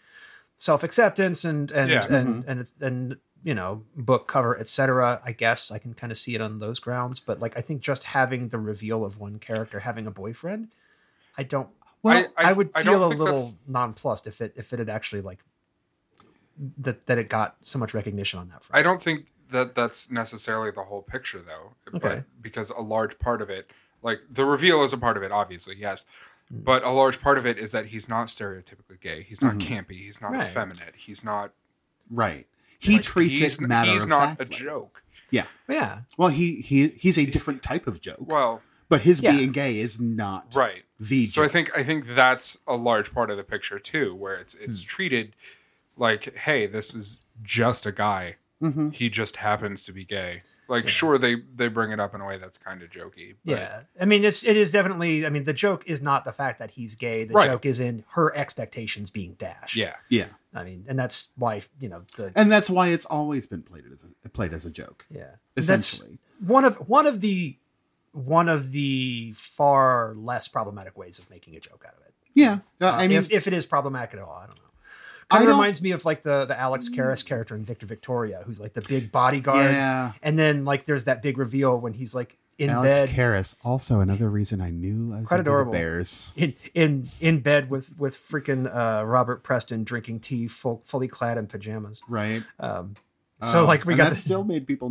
Speaker 4: self acceptance and and
Speaker 1: Yeah.
Speaker 4: and and it's and you know book cover etc. I guess I can kind of see it on those grounds, but like I think just having the reveal of one character having a boyfriend, I don't.
Speaker 3: Well,
Speaker 4: I, would
Speaker 1: I don't
Speaker 4: feel a
Speaker 1: think
Speaker 4: little
Speaker 1: that's-
Speaker 4: nonplussed if it if it had actually like that that it got so much recognition on that front.
Speaker 1: I don't think that that's necessarily the whole picture, though,
Speaker 4: Okay.
Speaker 1: but because a large part of it, like the reveal is a part of it, obviously, yes,
Speaker 3: Hmm.
Speaker 1: but a large part of it is that he's not stereotypically gay. He's not
Speaker 3: Mm-hmm.
Speaker 1: campy. He's not
Speaker 4: Right.
Speaker 1: effeminate. He's not.
Speaker 3: right. He
Speaker 1: like,
Speaker 3: treats
Speaker 1: he's,
Speaker 3: it matter
Speaker 1: He's
Speaker 3: of
Speaker 1: not
Speaker 3: factly.
Speaker 1: a joke.
Speaker 3: Yeah.
Speaker 4: Yeah.
Speaker 3: Well, he he he's a different type of joke.
Speaker 1: Well,
Speaker 3: but his
Speaker 4: Yeah.
Speaker 3: being gay is not
Speaker 1: right.
Speaker 3: the
Speaker 1: So I
Speaker 3: joke.
Speaker 1: think I think that's a large part of the picture too, where it's
Speaker 3: Hmm.
Speaker 1: it's treated like, hey, this is just a guy.
Speaker 3: Mhm.
Speaker 1: He just happens to be gay. Like, sure, they they bring it up in a way that's kind of jokey. But
Speaker 4: Yeah, I mean it's it is definitely. I mean the joke is not the fact that he's gay. The
Speaker 1: Right.
Speaker 4: joke is in her expectations being dashed.
Speaker 1: yeah,
Speaker 3: yeah
Speaker 4: I mean, and that's why you know the
Speaker 3: and that's why it's always been played as a, played as a joke
Speaker 4: yeah That's-
Speaker 3: essentially
Speaker 4: one of one of the one of the far less problematic ways of making a joke out of it.
Speaker 3: yeah Uh, i mean
Speaker 4: if, if it is problematic at all, I don't know.
Speaker 3: I
Speaker 4: Kind
Speaker 3: don't- Mm.
Speaker 4: of reminds me of like the the Alex Karras character in Victor Victoria, who's like the big bodyguard,
Speaker 3: yeah
Speaker 4: and then like there's that big reveal when he's like in
Speaker 3: alex
Speaker 4: bed,
Speaker 3: Karras, also another reason i knew i was
Speaker 4: Quite
Speaker 3: into the
Speaker 4: adorable.
Speaker 3: bears
Speaker 4: in in in bed with with freaking uh, Robert Preston drinking tea, full, fully clad in pajamas.
Speaker 3: right
Speaker 4: Um, so
Speaker 3: Um,
Speaker 4: like we
Speaker 3: and
Speaker 4: got
Speaker 3: that
Speaker 4: this,
Speaker 3: still made people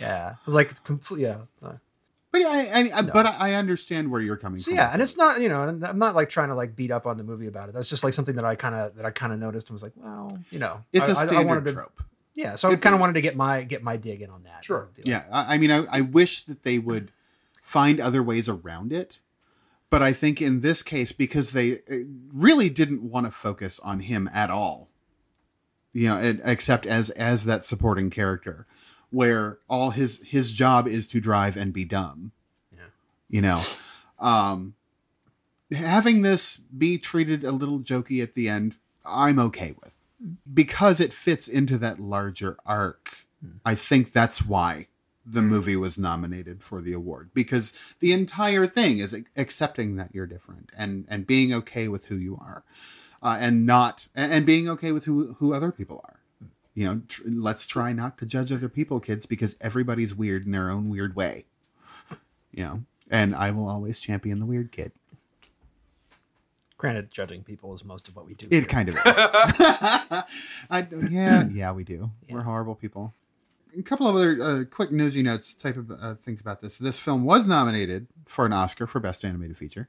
Speaker 4: yeah, like complete yeah. uh,
Speaker 3: but yeah i, I, I but I, I understand where you're coming
Speaker 4: So
Speaker 3: from
Speaker 4: yeah, and it's not you know, and I'm not like trying to like beat up on the movie about it. That's just like something that I kind of that I kind of noticed and was like, well, you know,
Speaker 3: it's
Speaker 4: a
Speaker 3: a standard
Speaker 4: wanted to,
Speaker 3: trope
Speaker 4: Yeah, so I
Speaker 3: It'd
Speaker 4: kind
Speaker 3: be-
Speaker 4: of wanted to get my get my dig in on that.
Speaker 1: Sure.
Speaker 4: Be like,
Speaker 3: Yeah, I, I mean, I, I wish that they would find other ways around it, but I think in this case, because they uh, really didn't want to focus on him at all, you know, and, except as as that supporting character, where all his his job is to drive and be dumb.
Speaker 4: Yeah.
Speaker 3: you know, um, having this be treated a little jokey at the end, I'm okay with because it fits into that larger arc. I think that's why the movie was nominated for the award because the entire thing is ac- accepting that you're different and and being okay with who you are, uh, and not and and being okay with who who other people are. You know, tr- let's try not to judge other people, kids, because everybody's weird in their own weird way. You know, and I will always champion the weird kid.
Speaker 4: Granted, judging people is most of what we do. here.
Speaker 3: It kind of is. I, yeah, yeah, we do. We're
Speaker 4: Yeah.
Speaker 3: horrible people. A couple of other uh, quick nosy notes type of uh, things about this. This film was nominated for an Oscar for Best Animated Feature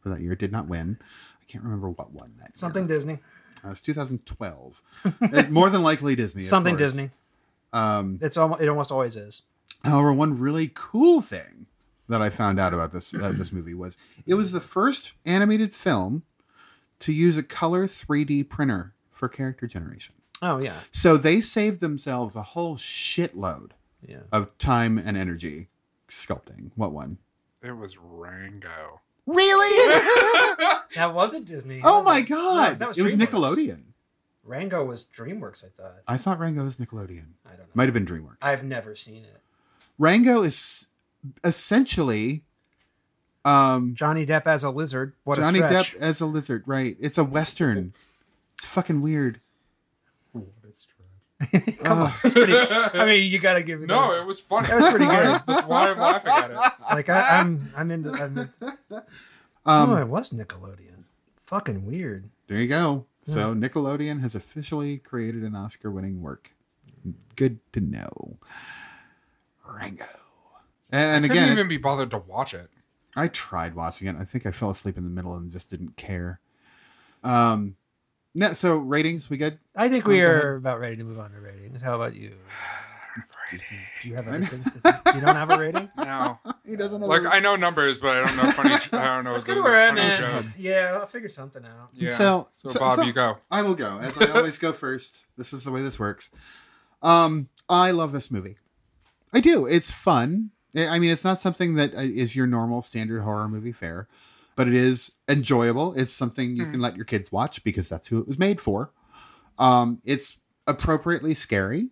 Speaker 3: for that year. It did not win. I can't remember what won that.
Speaker 4: something
Speaker 3: Year.
Speaker 4: Disney,
Speaker 3: Uh, it was 2012. Uh, More than likely Disney. of
Speaker 4: something
Speaker 3: course.
Speaker 4: Disney.
Speaker 3: Um,
Speaker 4: It's almost it almost always is.
Speaker 3: However, one really cool thing that I found out about this uh, this movie was it was the first animated film to use a color 3D printer for character generation.
Speaker 4: Oh yeah,
Speaker 3: So they saved themselves a whole shitload
Speaker 4: yeah.
Speaker 3: of time and energy sculpting. What one?
Speaker 1: it was Rango.
Speaker 3: Really?
Speaker 4: That wasn't Disney.
Speaker 3: oh my
Speaker 4: No,
Speaker 3: god!
Speaker 4: that was
Speaker 3: it was
Speaker 4: DreamWorks.
Speaker 3: Nickelodeon.
Speaker 4: Rango was DreamWorks. I thought.
Speaker 3: I thought Rango was Nickelodeon.
Speaker 4: I don't know.
Speaker 3: Might have been DreamWorks.
Speaker 4: I've never seen it.
Speaker 3: Rango is essentially um,
Speaker 4: Johnny Depp as a lizard. What
Speaker 3: Johnny
Speaker 4: a stretch.
Speaker 3: Depp as a lizard, right? It's a western. It's fucking weird. Um,
Speaker 4: Come on. It's pretty- I mean, you gotta give it.
Speaker 1: No,
Speaker 4: those.
Speaker 1: it was funny.
Speaker 4: That was pretty good.
Speaker 1: That's why I'm laughing at it.
Speaker 4: like I, I'm I'm into. I'm into
Speaker 3: Um,
Speaker 4: oh, it was Nickelodeon. Fucking weird.
Speaker 3: There you go. So Nickelodeon has officially created an Oscar-winning work. Good to know. Rango. And, and
Speaker 1: I couldn't
Speaker 3: again,
Speaker 1: even be bothered to watch it.
Speaker 3: I tried watching it. I think I fell asleep in the middle and just didn't care. Um, no, so ratings, we good?
Speaker 4: I think we
Speaker 3: Oh, go ahead.
Speaker 4: are about ready to move on to ratings. How about you? Do you have anything? you don't have a rating?
Speaker 1: No,
Speaker 3: He doesn't know.
Speaker 1: like I know numbers, but I don't know funny. I don't know.
Speaker 4: That's
Speaker 1: the
Speaker 4: kind of where I'm
Speaker 1: funny
Speaker 4: at.
Speaker 1: joke.
Speaker 4: Yeah, I'll figure something out.
Speaker 1: Yeah.
Speaker 3: So-
Speaker 1: So,
Speaker 3: so-
Speaker 1: Bob,
Speaker 3: so-
Speaker 1: you go.
Speaker 3: I will go as I always go first. This is the way this works. Um, I love this movie. I do. It's fun. I I mean, it's not something that uh, is your normal standard horror movie fare, but it is enjoyable. It's something you can let your kids watch because that's who it was made for. Um, it's appropriately scary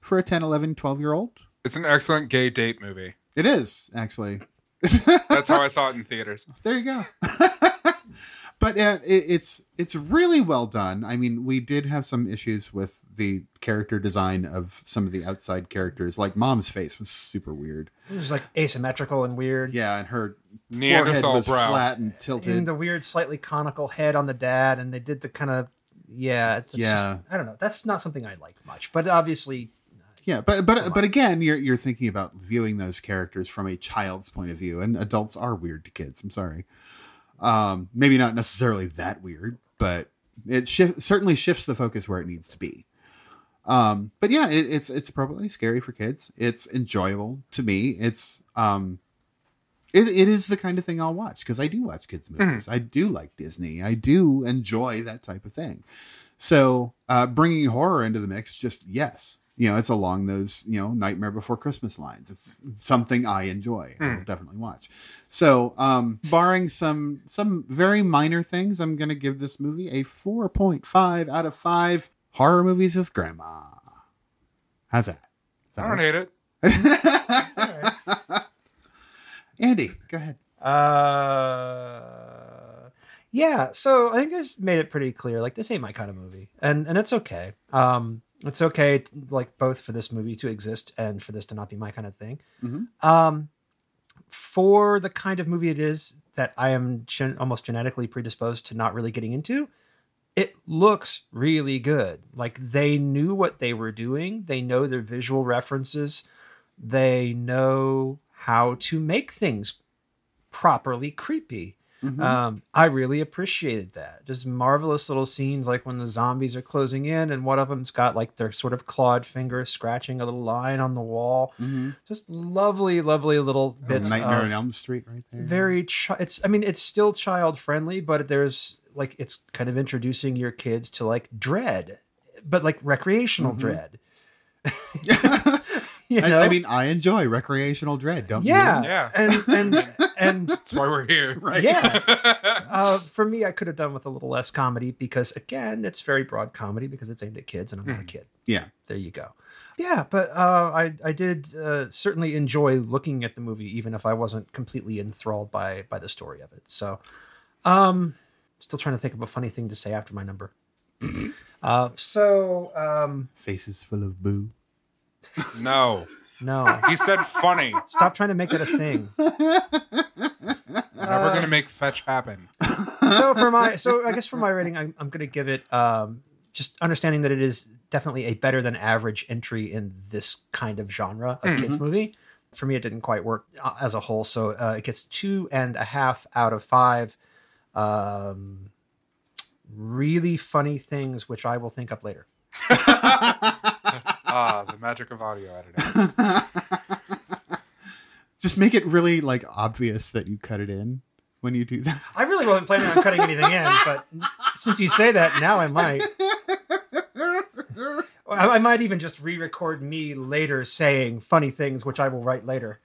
Speaker 3: for a 10, 11, 12 year old.
Speaker 1: It's an excellent gay date movie.
Speaker 3: It is actually.
Speaker 1: That's how I saw it in theaters.
Speaker 3: there you go. but uh, it, it's it's really well done. I mean, we did have some issues with the character design of some of the outside characters. Like mom's face was super weird.
Speaker 4: It was like asymmetrical and weird.
Speaker 3: Yeah, and her forehead
Speaker 1: Neanderthal
Speaker 3: was
Speaker 1: brow.
Speaker 3: flat and
Speaker 4: And
Speaker 3: tilted.
Speaker 4: the weird, slightly conical head on the dad, and they did the kind of yeah, it's it's
Speaker 3: Yeah.
Speaker 4: Just, I don't know. That's not something I like much, but obviously,
Speaker 3: yeah, but but but again, you're you're thinking about viewing those characters from a child's point of view, and adults are weird to kids. I'm sorry. Um, maybe not necessarily that weird, but it shif- certainly shifts the focus where it needs to be. Um, but yeah, it, it's it's appropriately scary for kids. It's enjoyable to me. It's um, It, it is the kind of thing I'll watch because I do watch kids' movies. I do like Disney. I do enjoy that type of thing. So uh, bringing horror into the mix, just yes, you know, it's along those you know Nightmare Before Christmas lines. It's something I enjoy. I
Speaker 4: Hmm.
Speaker 3: will definitely watch. So um, barring some some very minor things, I'm going to give this movie a four point five out of five horror movies with grandma. How's that? Is that
Speaker 1: I don't
Speaker 3: right?
Speaker 1: hate it.
Speaker 3: Andy, go ahead.
Speaker 4: Uh, yeah. So I think I've made it pretty clear. Like this ain't my kind of movie, and and it's okay. Um, it's okay. Like both for this movie to exist and for this to not be my kind of thing.
Speaker 3: Mhm.
Speaker 4: Um, for the kind of movie it is that I am gen- almost genetically predisposed to not really getting into. It looks really good. Like they knew what they were doing. They know their visual references. They know how to make things properly creepy.
Speaker 3: Mhm.
Speaker 4: Um, I really appreciated that. Just marvelous little scenes like when the zombies are closing in and one of them's got like their sort of clawed finger scratching a little line on the wall.
Speaker 3: Mhm.
Speaker 4: Just lovely, lovely little bits.
Speaker 3: Nightmare
Speaker 4: of
Speaker 3: on Elm Street, right there.
Speaker 4: uh, very chi- it's i mean it's still child friendly but there's like it's kind of introducing your kids to like dread but like recreational dread you
Speaker 3: Mm-hmm. I-
Speaker 4: know
Speaker 3: I, mean, I enjoy recreational dread. Don't
Speaker 4: yeah
Speaker 3: you?
Speaker 1: Yeah.
Speaker 4: and and and
Speaker 1: That's why we're here.
Speaker 3: Right.
Speaker 4: yeah uh, for me i could have done with a little less comedy because again it's very broad comedy because it's aimed at kids and i'm not a kid
Speaker 3: Yeah.
Speaker 4: there you go yeah but uh, I, I did uh, certainly enjoy looking at the movie even if i wasn't completely enthralled by by the story of it so um still trying to think of a funny thing to say after my number uh, so um
Speaker 3: Faces full of boo.
Speaker 1: No.
Speaker 4: no
Speaker 1: He said funny.
Speaker 4: stop trying to make it a thing Uh.
Speaker 1: Now we're gonna make fetch happen.
Speaker 4: so for my so I guess for my rating, I'm, I'm going to give it um, just understanding that it is definitely a better than average entry in this kind of genre of kids movie. For me, it didn't quite work uh, as a whole, so uh, it gets two and a half out of five. Um, really funny things, which I will think up later.
Speaker 1: Ah, the magic of audio editing.
Speaker 3: Just make it really like obvious that you cut it in when you do that.
Speaker 4: I really wasn't planning on cutting anything in, but since you say that, now I might. I, I might even just re-record me later saying funny things, which I will write later.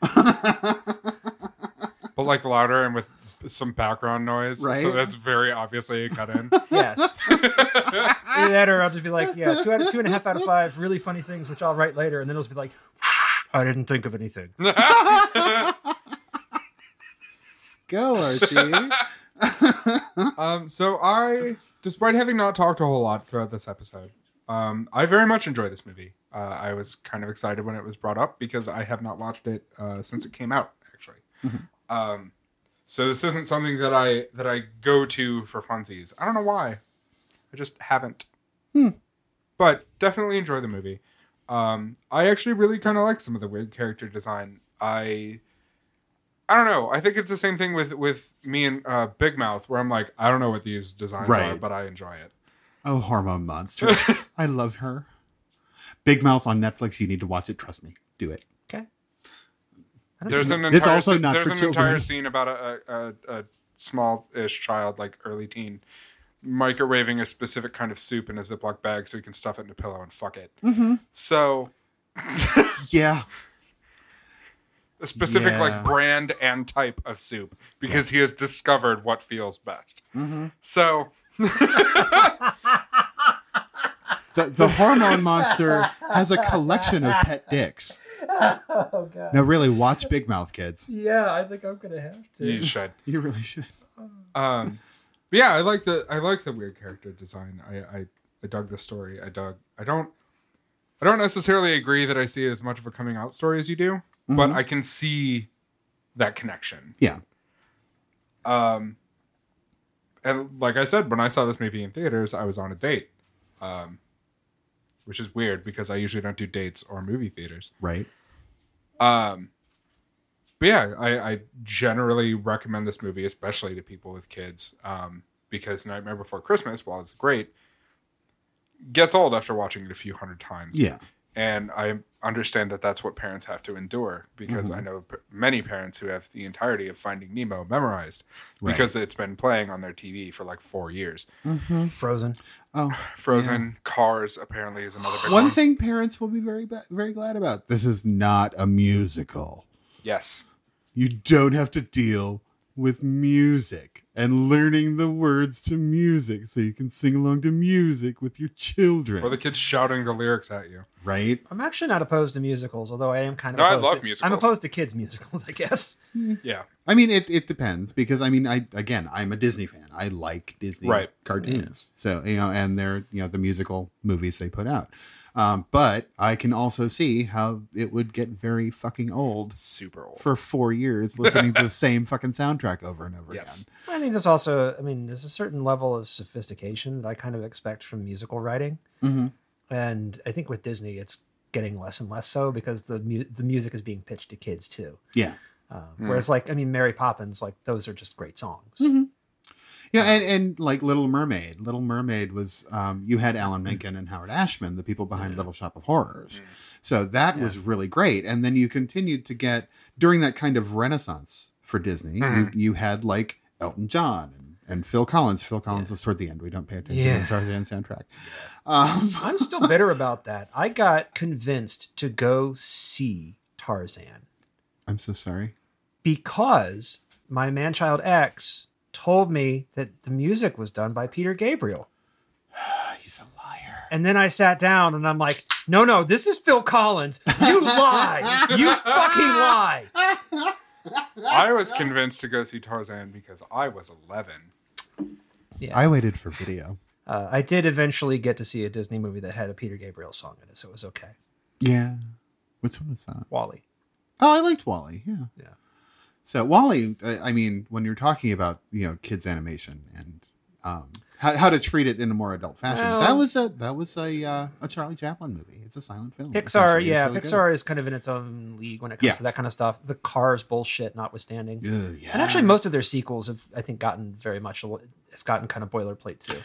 Speaker 1: But like louder and with some background noise. So
Speaker 3: Right.
Speaker 1: that's very obviously a cut in.
Speaker 4: Yes. Either that or I'll just be like, yeah, two out of two and a half out of five, really funny things, which I'll write later, and then it'll just be like, I didn't think of anything.
Speaker 3: Go, Archie.
Speaker 1: Um, so I, despite having not talked a whole lot throughout this episode, um, I very much enjoy this movie. Uh, I was kind of excited when it was brought up because I have not watched it uh, since it came out, actually. Um, so this isn't something that I that I go to for funsies. I don't know why. I just haven't. But definitely enjoy the movie. Um, I actually really kind of like some of the weird character design. I I don't know. I think it's the same thing with with me and uh, Big Mouth, where I'm like, I don't know what these designs are,
Speaker 3: Right.
Speaker 1: but I enjoy it.
Speaker 3: oh, hormone monster. I love her. Big Mouth on Netflix. You need to watch it. Trust me. Do it.
Speaker 4: Okay. I don't
Speaker 1: There's
Speaker 4: know.
Speaker 1: an
Speaker 3: It's
Speaker 1: entire
Speaker 3: also
Speaker 1: scene-
Speaker 3: not
Speaker 1: there's
Speaker 3: for
Speaker 1: an
Speaker 3: children.
Speaker 1: entire scene about a a, a, a small ish child, like early teen, microwaving a specific kind of soup in a Ziploc bag so he can stuff it in a pillow and fuck it.
Speaker 3: Mm-hmm.
Speaker 1: So
Speaker 3: Yeah.
Speaker 1: a specific
Speaker 3: Yeah.
Speaker 1: like brand and type of soup because he has discovered what feels best.
Speaker 3: Mm-hmm.
Speaker 1: So
Speaker 3: The, the hormone monster has a collection of pet dicks.
Speaker 4: Oh, God.
Speaker 3: Now, really, watch Big Mouth, kids.
Speaker 4: Yeah, I think I'm going to have to.
Speaker 1: you should.
Speaker 3: You really should.
Speaker 1: um but yeah i like the i like the weird character design i i, I dug the story i dug i don't i don't necessarily agree that i see it as much of a coming out story as you do but i can see that connection
Speaker 3: Yeah.
Speaker 1: um and like i said when i saw this movie in theaters i was on a date um which is weird because i usually don't do dates or movie theaters
Speaker 3: Right.
Speaker 1: um, but yeah, I, I generally recommend this movie, especially to people with kids, um, because Nightmare Before Christmas, while it's great, gets old after watching it a few hundred times.
Speaker 3: Yeah.
Speaker 1: and I understand that that's what parents have to endure because
Speaker 3: Mm-hmm.
Speaker 1: I know p- many parents who have the entirety of Finding Nemo memorized
Speaker 3: Right.
Speaker 1: because it's been playing on their TV for like four years.
Speaker 4: Frozen.
Speaker 3: Oh,
Speaker 1: Frozen Cars apparently is another big one.
Speaker 3: one thing parents will be very ba- very glad about. This is not a musical.
Speaker 1: Yes,
Speaker 3: You don't have to deal with music and learning the words to music so you can sing along to music with your children.
Speaker 1: or the kids shouting the lyrics at you.
Speaker 3: right?
Speaker 4: I'm actually not opposed to musicals, although I am kind of.
Speaker 1: No, I
Speaker 4: opposed
Speaker 1: love
Speaker 4: to, I'm
Speaker 1: musicals.
Speaker 4: opposed to kids musicals, I guess.
Speaker 3: Mm.
Speaker 1: Yeah,
Speaker 3: I mean, it, it depends because I mean, I again, I'm a Disney fan. I like Disney
Speaker 1: Right.
Speaker 3: cartoons. So you know, and they're you know the musical movies they put out. Um, but I can also see how it would get very fucking old
Speaker 1: super old.
Speaker 3: for four years listening to the same fucking soundtrack over and over
Speaker 1: Yes.
Speaker 4: I think there's also, I mean, there's a certain level of sophistication that I kind of expect from musical writing,
Speaker 3: again.
Speaker 4: and I think with Disney, it's getting less and less so because the mu- the music is being pitched to kids too.
Speaker 3: Yeah,
Speaker 4: Um,
Speaker 1: Hmm.
Speaker 4: Whereas, like, I mean, Mary Poppins, like, those are just great songs.
Speaker 3: Mm-hmm. yeah, and and like Little Mermaid. Little Mermaid was um, you had Alan Menken and Howard Ashman, the people behind Little Shop of Horrors. So that was really great. And then you continued to get during that kind of renaissance for Disney,
Speaker 1: Mhm.
Speaker 3: you, you had like Elton John and, and Phil Collins. Phil Collins was toward the end. We don't pay attention
Speaker 4: Yeah.
Speaker 3: to the Tarzan soundtrack. Um,
Speaker 4: I'm still bitter about that. I got convinced to go see Tarzan
Speaker 3: I'm so sorry.
Speaker 4: because my manchild ex told me that the music was done by Peter Gabriel.
Speaker 3: He's a liar.
Speaker 4: And then I sat down and I'm like, no, no, this is Phil Collins. You lie. You fucking lie.
Speaker 1: I was convinced to go see Tarzan because I was 11.
Speaker 3: I waited for video.
Speaker 4: Uh, I did eventually get to see a Disney movie that had a Peter Gabriel song in it, so it was okay.
Speaker 3: Yeah. Which one was that?
Speaker 4: Wally.
Speaker 3: Oh, I liked Wally. Yeah.
Speaker 4: Yeah.
Speaker 3: So Wally, I I mean, when you're talking about you know kids animation and um, how, how to treat it in a more adult fashion,
Speaker 4: Well-
Speaker 3: that was a that was a uh, a Charlie Chaplin movie. It's a silent film. Hmm, essentially.
Speaker 4: Pixar,
Speaker 3: It's
Speaker 4: yeah,
Speaker 3: really good.
Speaker 4: Pixar is kind of in its own league when it comes
Speaker 3: Yeah.
Speaker 4: to that kind of stuff. The Cars bullshit notwithstanding.
Speaker 3: Ugh, yeah.
Speaker 4: And actually, most of their sequels have, I think, gotten very much, have gotten kind of boilerplate too.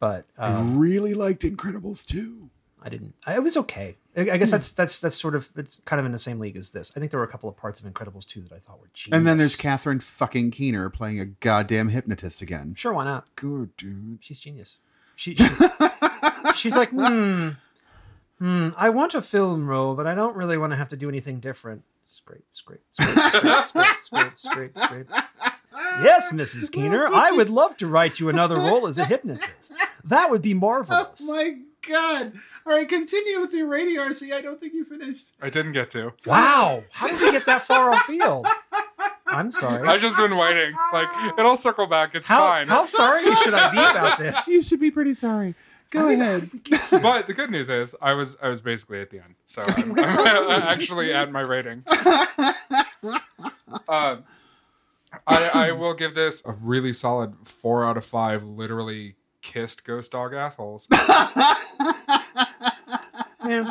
Speaker 4: But um,
Speaker 3: really liked Incredibles too.
Speaker 4: I didn't. I, it was okay. I, I
Speaker 3: Hmm.
Speaker 4: guess that's that's that's sort of it's kind of in the same league as this. I think there were a couple of parts of Incredibles too that I thought were genius.
Speaker 3: And then there's Catherine fucking Keener playing a goddamn hypnotist again.
Speaker 4: sure, why not?
Speaker 3: Good dude.
Speaker 4: She's genius. She, she- she's like, hmm, hmm. I want a film role, but I don't really want to have to do anything different. Scrape, scrape, scrape, scrape, scrape, scrape, scrape, scrape. Yes, Mrs. Keener, I would love to write you another role as a hypnotist. That would be marvelous.
Speaker 3: Oh my god! All right, continue with your radio RC. I don't think you finished.
Speaker 1: I didn't get to.
Speaker 4: Wow, how did we get that far off field? I'm sorry.
Speaker 1: I've just been waiting. Like, it'll circle back. It's
Speaker 4: How,
Speaker 1: fine.
Speaker 4: how sorry should I be about
Speaker 3: You
Speaker 4: this?
Speaker 3: should be pretty sorry. Go ahead.
Speaker 1: But the good news is, I was I was basically at the end, so I'm, I'm actually at my rating. Uh, I I will give this a really solid four out of five. Literally kissed ghost dog assholes.
Speaker 4: Yeah.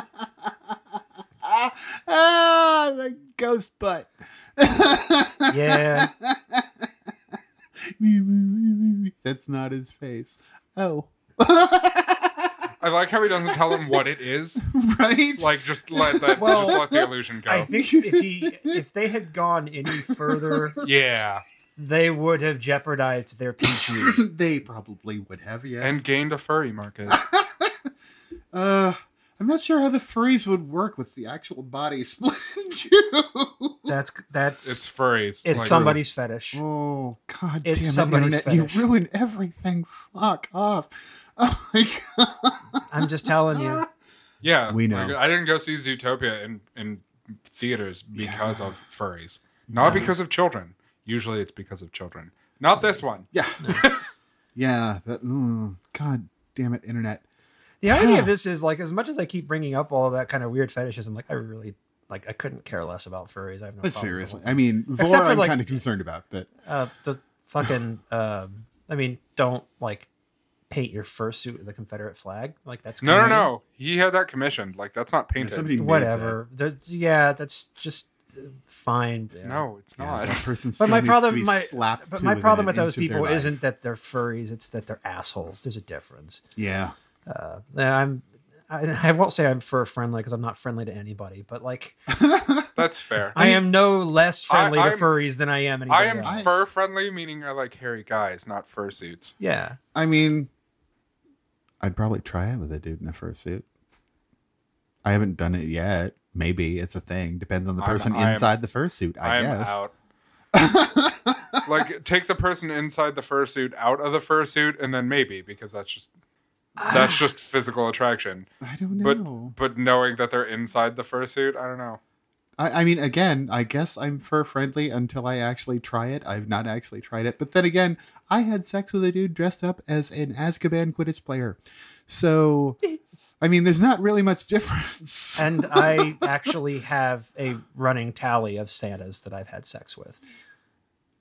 Speaker 3: ah, ah, the ghost butt.
Speaker 4: yeah.
Speaker 3: That's not his face. Oh,
Speaker 1: I like how he doesn't tell them what it is.
Speaker 3: right.
Speaker 1: Like just let that
Speaker 4: Well,
Speaker 1: just let the illusion go.
Speaker 4: I think if he if they had gone any further,
Speaker 1: yeah,
Speaker 4: they would have jeopardized their PG.
Speaker 3: they probably would have. Yes.
Speaker 1: and gained a furry market.
Speaker 3: uh, I'm not sure how the furries would work with the actual body split in two.
Speaker 4: That's that's
Speaker 1: It's
Speaker 4: it's,
Speaker 1: furries. Like-
Speaker 4: somebody's fetish.
Speaker 3: Oh God!
Speaker 4: It's
Speaker 3: damn it,
Speaker 4: somebody's
Speaker 3: internet! You
Speaker 4: fetish.
Speaker 3: ruin everything. Fuck off! Oh my
Speaker 4: I'm just telling you.
Speaker 3: God!
Speaker 1: Yeah,
Speaker 3: We know.
Speaker 1: like, I didn't go see Zootopia in in theaters because of furries, not because of children. Usually, it's because of children. Not this one.
Speaker 3: Yeah, yeah. That, mm, God damn it, internet!
Speaker 4: The irony of this is like as much as I keep bringing up all that kind of weird fetishism, like I really like I couldn't care less about furries. I have no. problem
Speaker 3: But
Speaker 4: with
Speaker 3: seriously,
Speaker 4: them.
Speaker 3: Oh, I mean,
Speaker 4: Except
Speaker 3: Vor,
Speaker 4: for,
Speaker 3: I'm
Speaker 4: like-
Speaker 3: kind of concerned about, but
Speaker 4: uh, the fucking. Um, I mean, don't like paint your fursuit with the Confederate flag. Like that's
Speaker 1: No, no,
Speaker 4: kinda-
Speaker 1: no. He had that commissioned. Like that's not painted.
Speaker 3: Mm-hmm. somebody made
Speaker 4: whatever. There's- yeah, that's just uh, fine.
Speaker 1: No, it's
Speaker 3: that. Yeah,
Speaker 1: not.
Speaker 3: that person still
Speaker 4: But my
Speaker 3: needs to
Speaker 4: problem,
Speaker 3: be
Speaker 4: my
Speaker 3: slapped
Speaker 4: but
Speaker 3: to
Speaker 4: my
Speaker 3: within
Speaker 4: problem
Speaker 3: an
Speaker 4: with those
Speaker 3: inch of their
Speaker 4: people
Speaker 3: life.
Speaker 4: isn't that they're furries; it's that they're assholes. There's a difference.
Speaker 3: Yeah,
Speaker 4: Uh, I'm I, I won't say I'm fur friendly because I'm not friendly to anybody, but like
Speaker 1: That's fair.
Speaker 4: I am no less friendly
Speaker 1: I-
Speaker 4: to
Speaker 1: I'm-
Speaker 4: furries than I am anybody.
Speaker 1: I am
Speaker 4: else.
Speaker 3: Nice.
Speaker 1: fur friendly, meaning I like hairy guys, not fursuits.
Speaker 4: yeah.
Speaker 3: I mean, I'd probably try it with a dude in a fursuit. I haven't done it yet. Maybe it's a thing. Depends on the
Speaker 1: I'm-
Speaker 3: person
Speaker 1: I'm-
Speaker 3: inside the fursuit, I
Speaker 1: I'm
Speaker 3: guess.
Speaker 1: out. like take the person inside the fursuit out of the fursuit, and then maybe because that's just that's just physical attraction.
Speaker 3: I don't
Speaker 1: But
Speaker 3: know.
Speaker 1: but knowing that they're inside the fursuit, I don't know.
Speaker 3: I, I mean, again, I guess I'm fur friendly until I actually try it. I've not actually tried it. But then again, I had sex with a dude dressed up as an Azkaban Quidditch player. So, I mean, there's not really much difference.
Speaker 4: And I actually have a running tally of Santas that I've had sex with.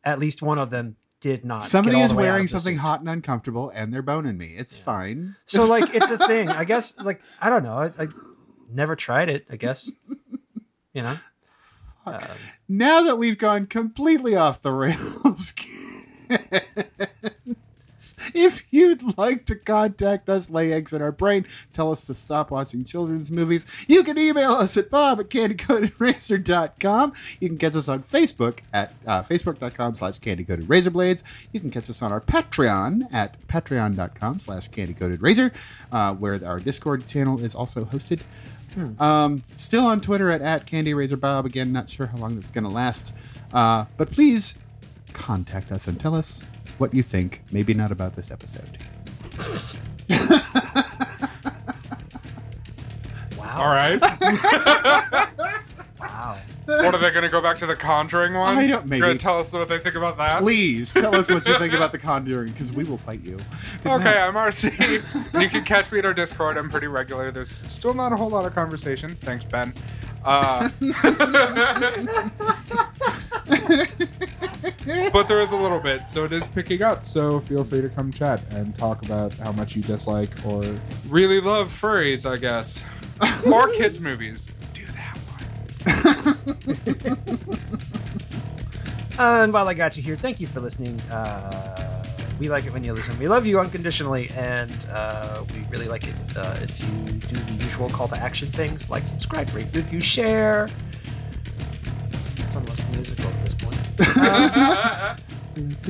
Speaker 4: At least one of them did not. get
Speaker 3: Somebody
Speaker 4: all
Speaker 3: is
Speaker 4: the way out
Speaker 3: wearing
Speaker 4: of the
Speaker 3: something
Speaker 4: suit.
Speaker 3: hot and uncomfortable, and they're boning me. It's fine.
Speaker 4: So like it's a thing. I guess like I don't know. I, I never tried it, I guess. You know? Um,
Speaker 3: Now that we've gone completely off the rails, kids, if you'd like to contact us, lay eggs in our brain, tell us to stop watching children's movies, you can email us at bob at candycoatedracer.com. You can catch us on Facebook at uh, facebook.com slash candycoatedrazorblades. You can catch us on our Patreon at patreon.com slash candycoatedrazor, uh, where our Discord channel is also hosted. Um, still on Twitter at, at CandyRazorBob. Again, not sure how long that's going to last. Uh, but please contact us and tell us what you think, maybe not about this episode.
Speaker 4: wow.
Speaker 1: All right,
Speaker 4: Wow.
Speaker 1: what are they going to go back to the Conjuring one?
Speaker 3: I don't-
Speaker 1: You're
Speaker 3: maybe.
Speaker 1: gonna tell us what they think about that.
Speaker 3: Please tell us what you think about the Conjuring because we will fight you. Did
Speaker 1: Okay,
Speaker 3: not-
Speaker 1: I'm RC. you can catch me at our Discord. I'm pretty regular. There's still not a whole lot of conversation. Thanks, Ben. Uh, but there is a little bit, so it is picking up. So feel free to come chat and talk about how much you dislike or really love furries, I guess, or kids movies. Do that one.
Speaker 4: And while I got you here, thank you for listening. Uh, we like it when you listen. We love you unconditionally, and uh, we really like it uh, if you do the usual call to action things like subscribe, rate, review, share. It's almost musical at this point.
Speaker 1: I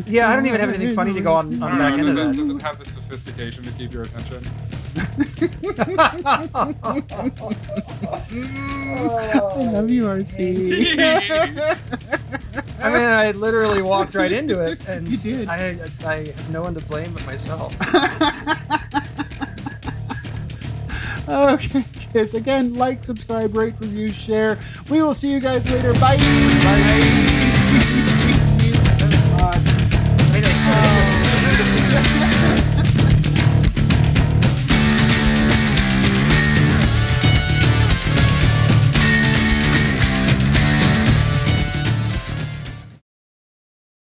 Speaker 4: Yeah, I don't even have anything funny to go on, on
Speaker 1: don't
Speaker 4: back
Speaker 1: know.
Speaker 4: into
Speaker 1: Does it,
Speaker 4: that.
Speaker 1: does it have the sophistication to keep your attention?
Speaker 3: I love you, RC.
Speaker 4: I mean, I literally walked right into it, and
Speaker 3: You did.
Speaker 4: I, I have no one to blame but myself.
Speaker 3: okay, kids. Again, like, subscribe, rate, review, share. We will see you guys later. Bye.
Speaker 1: Bye.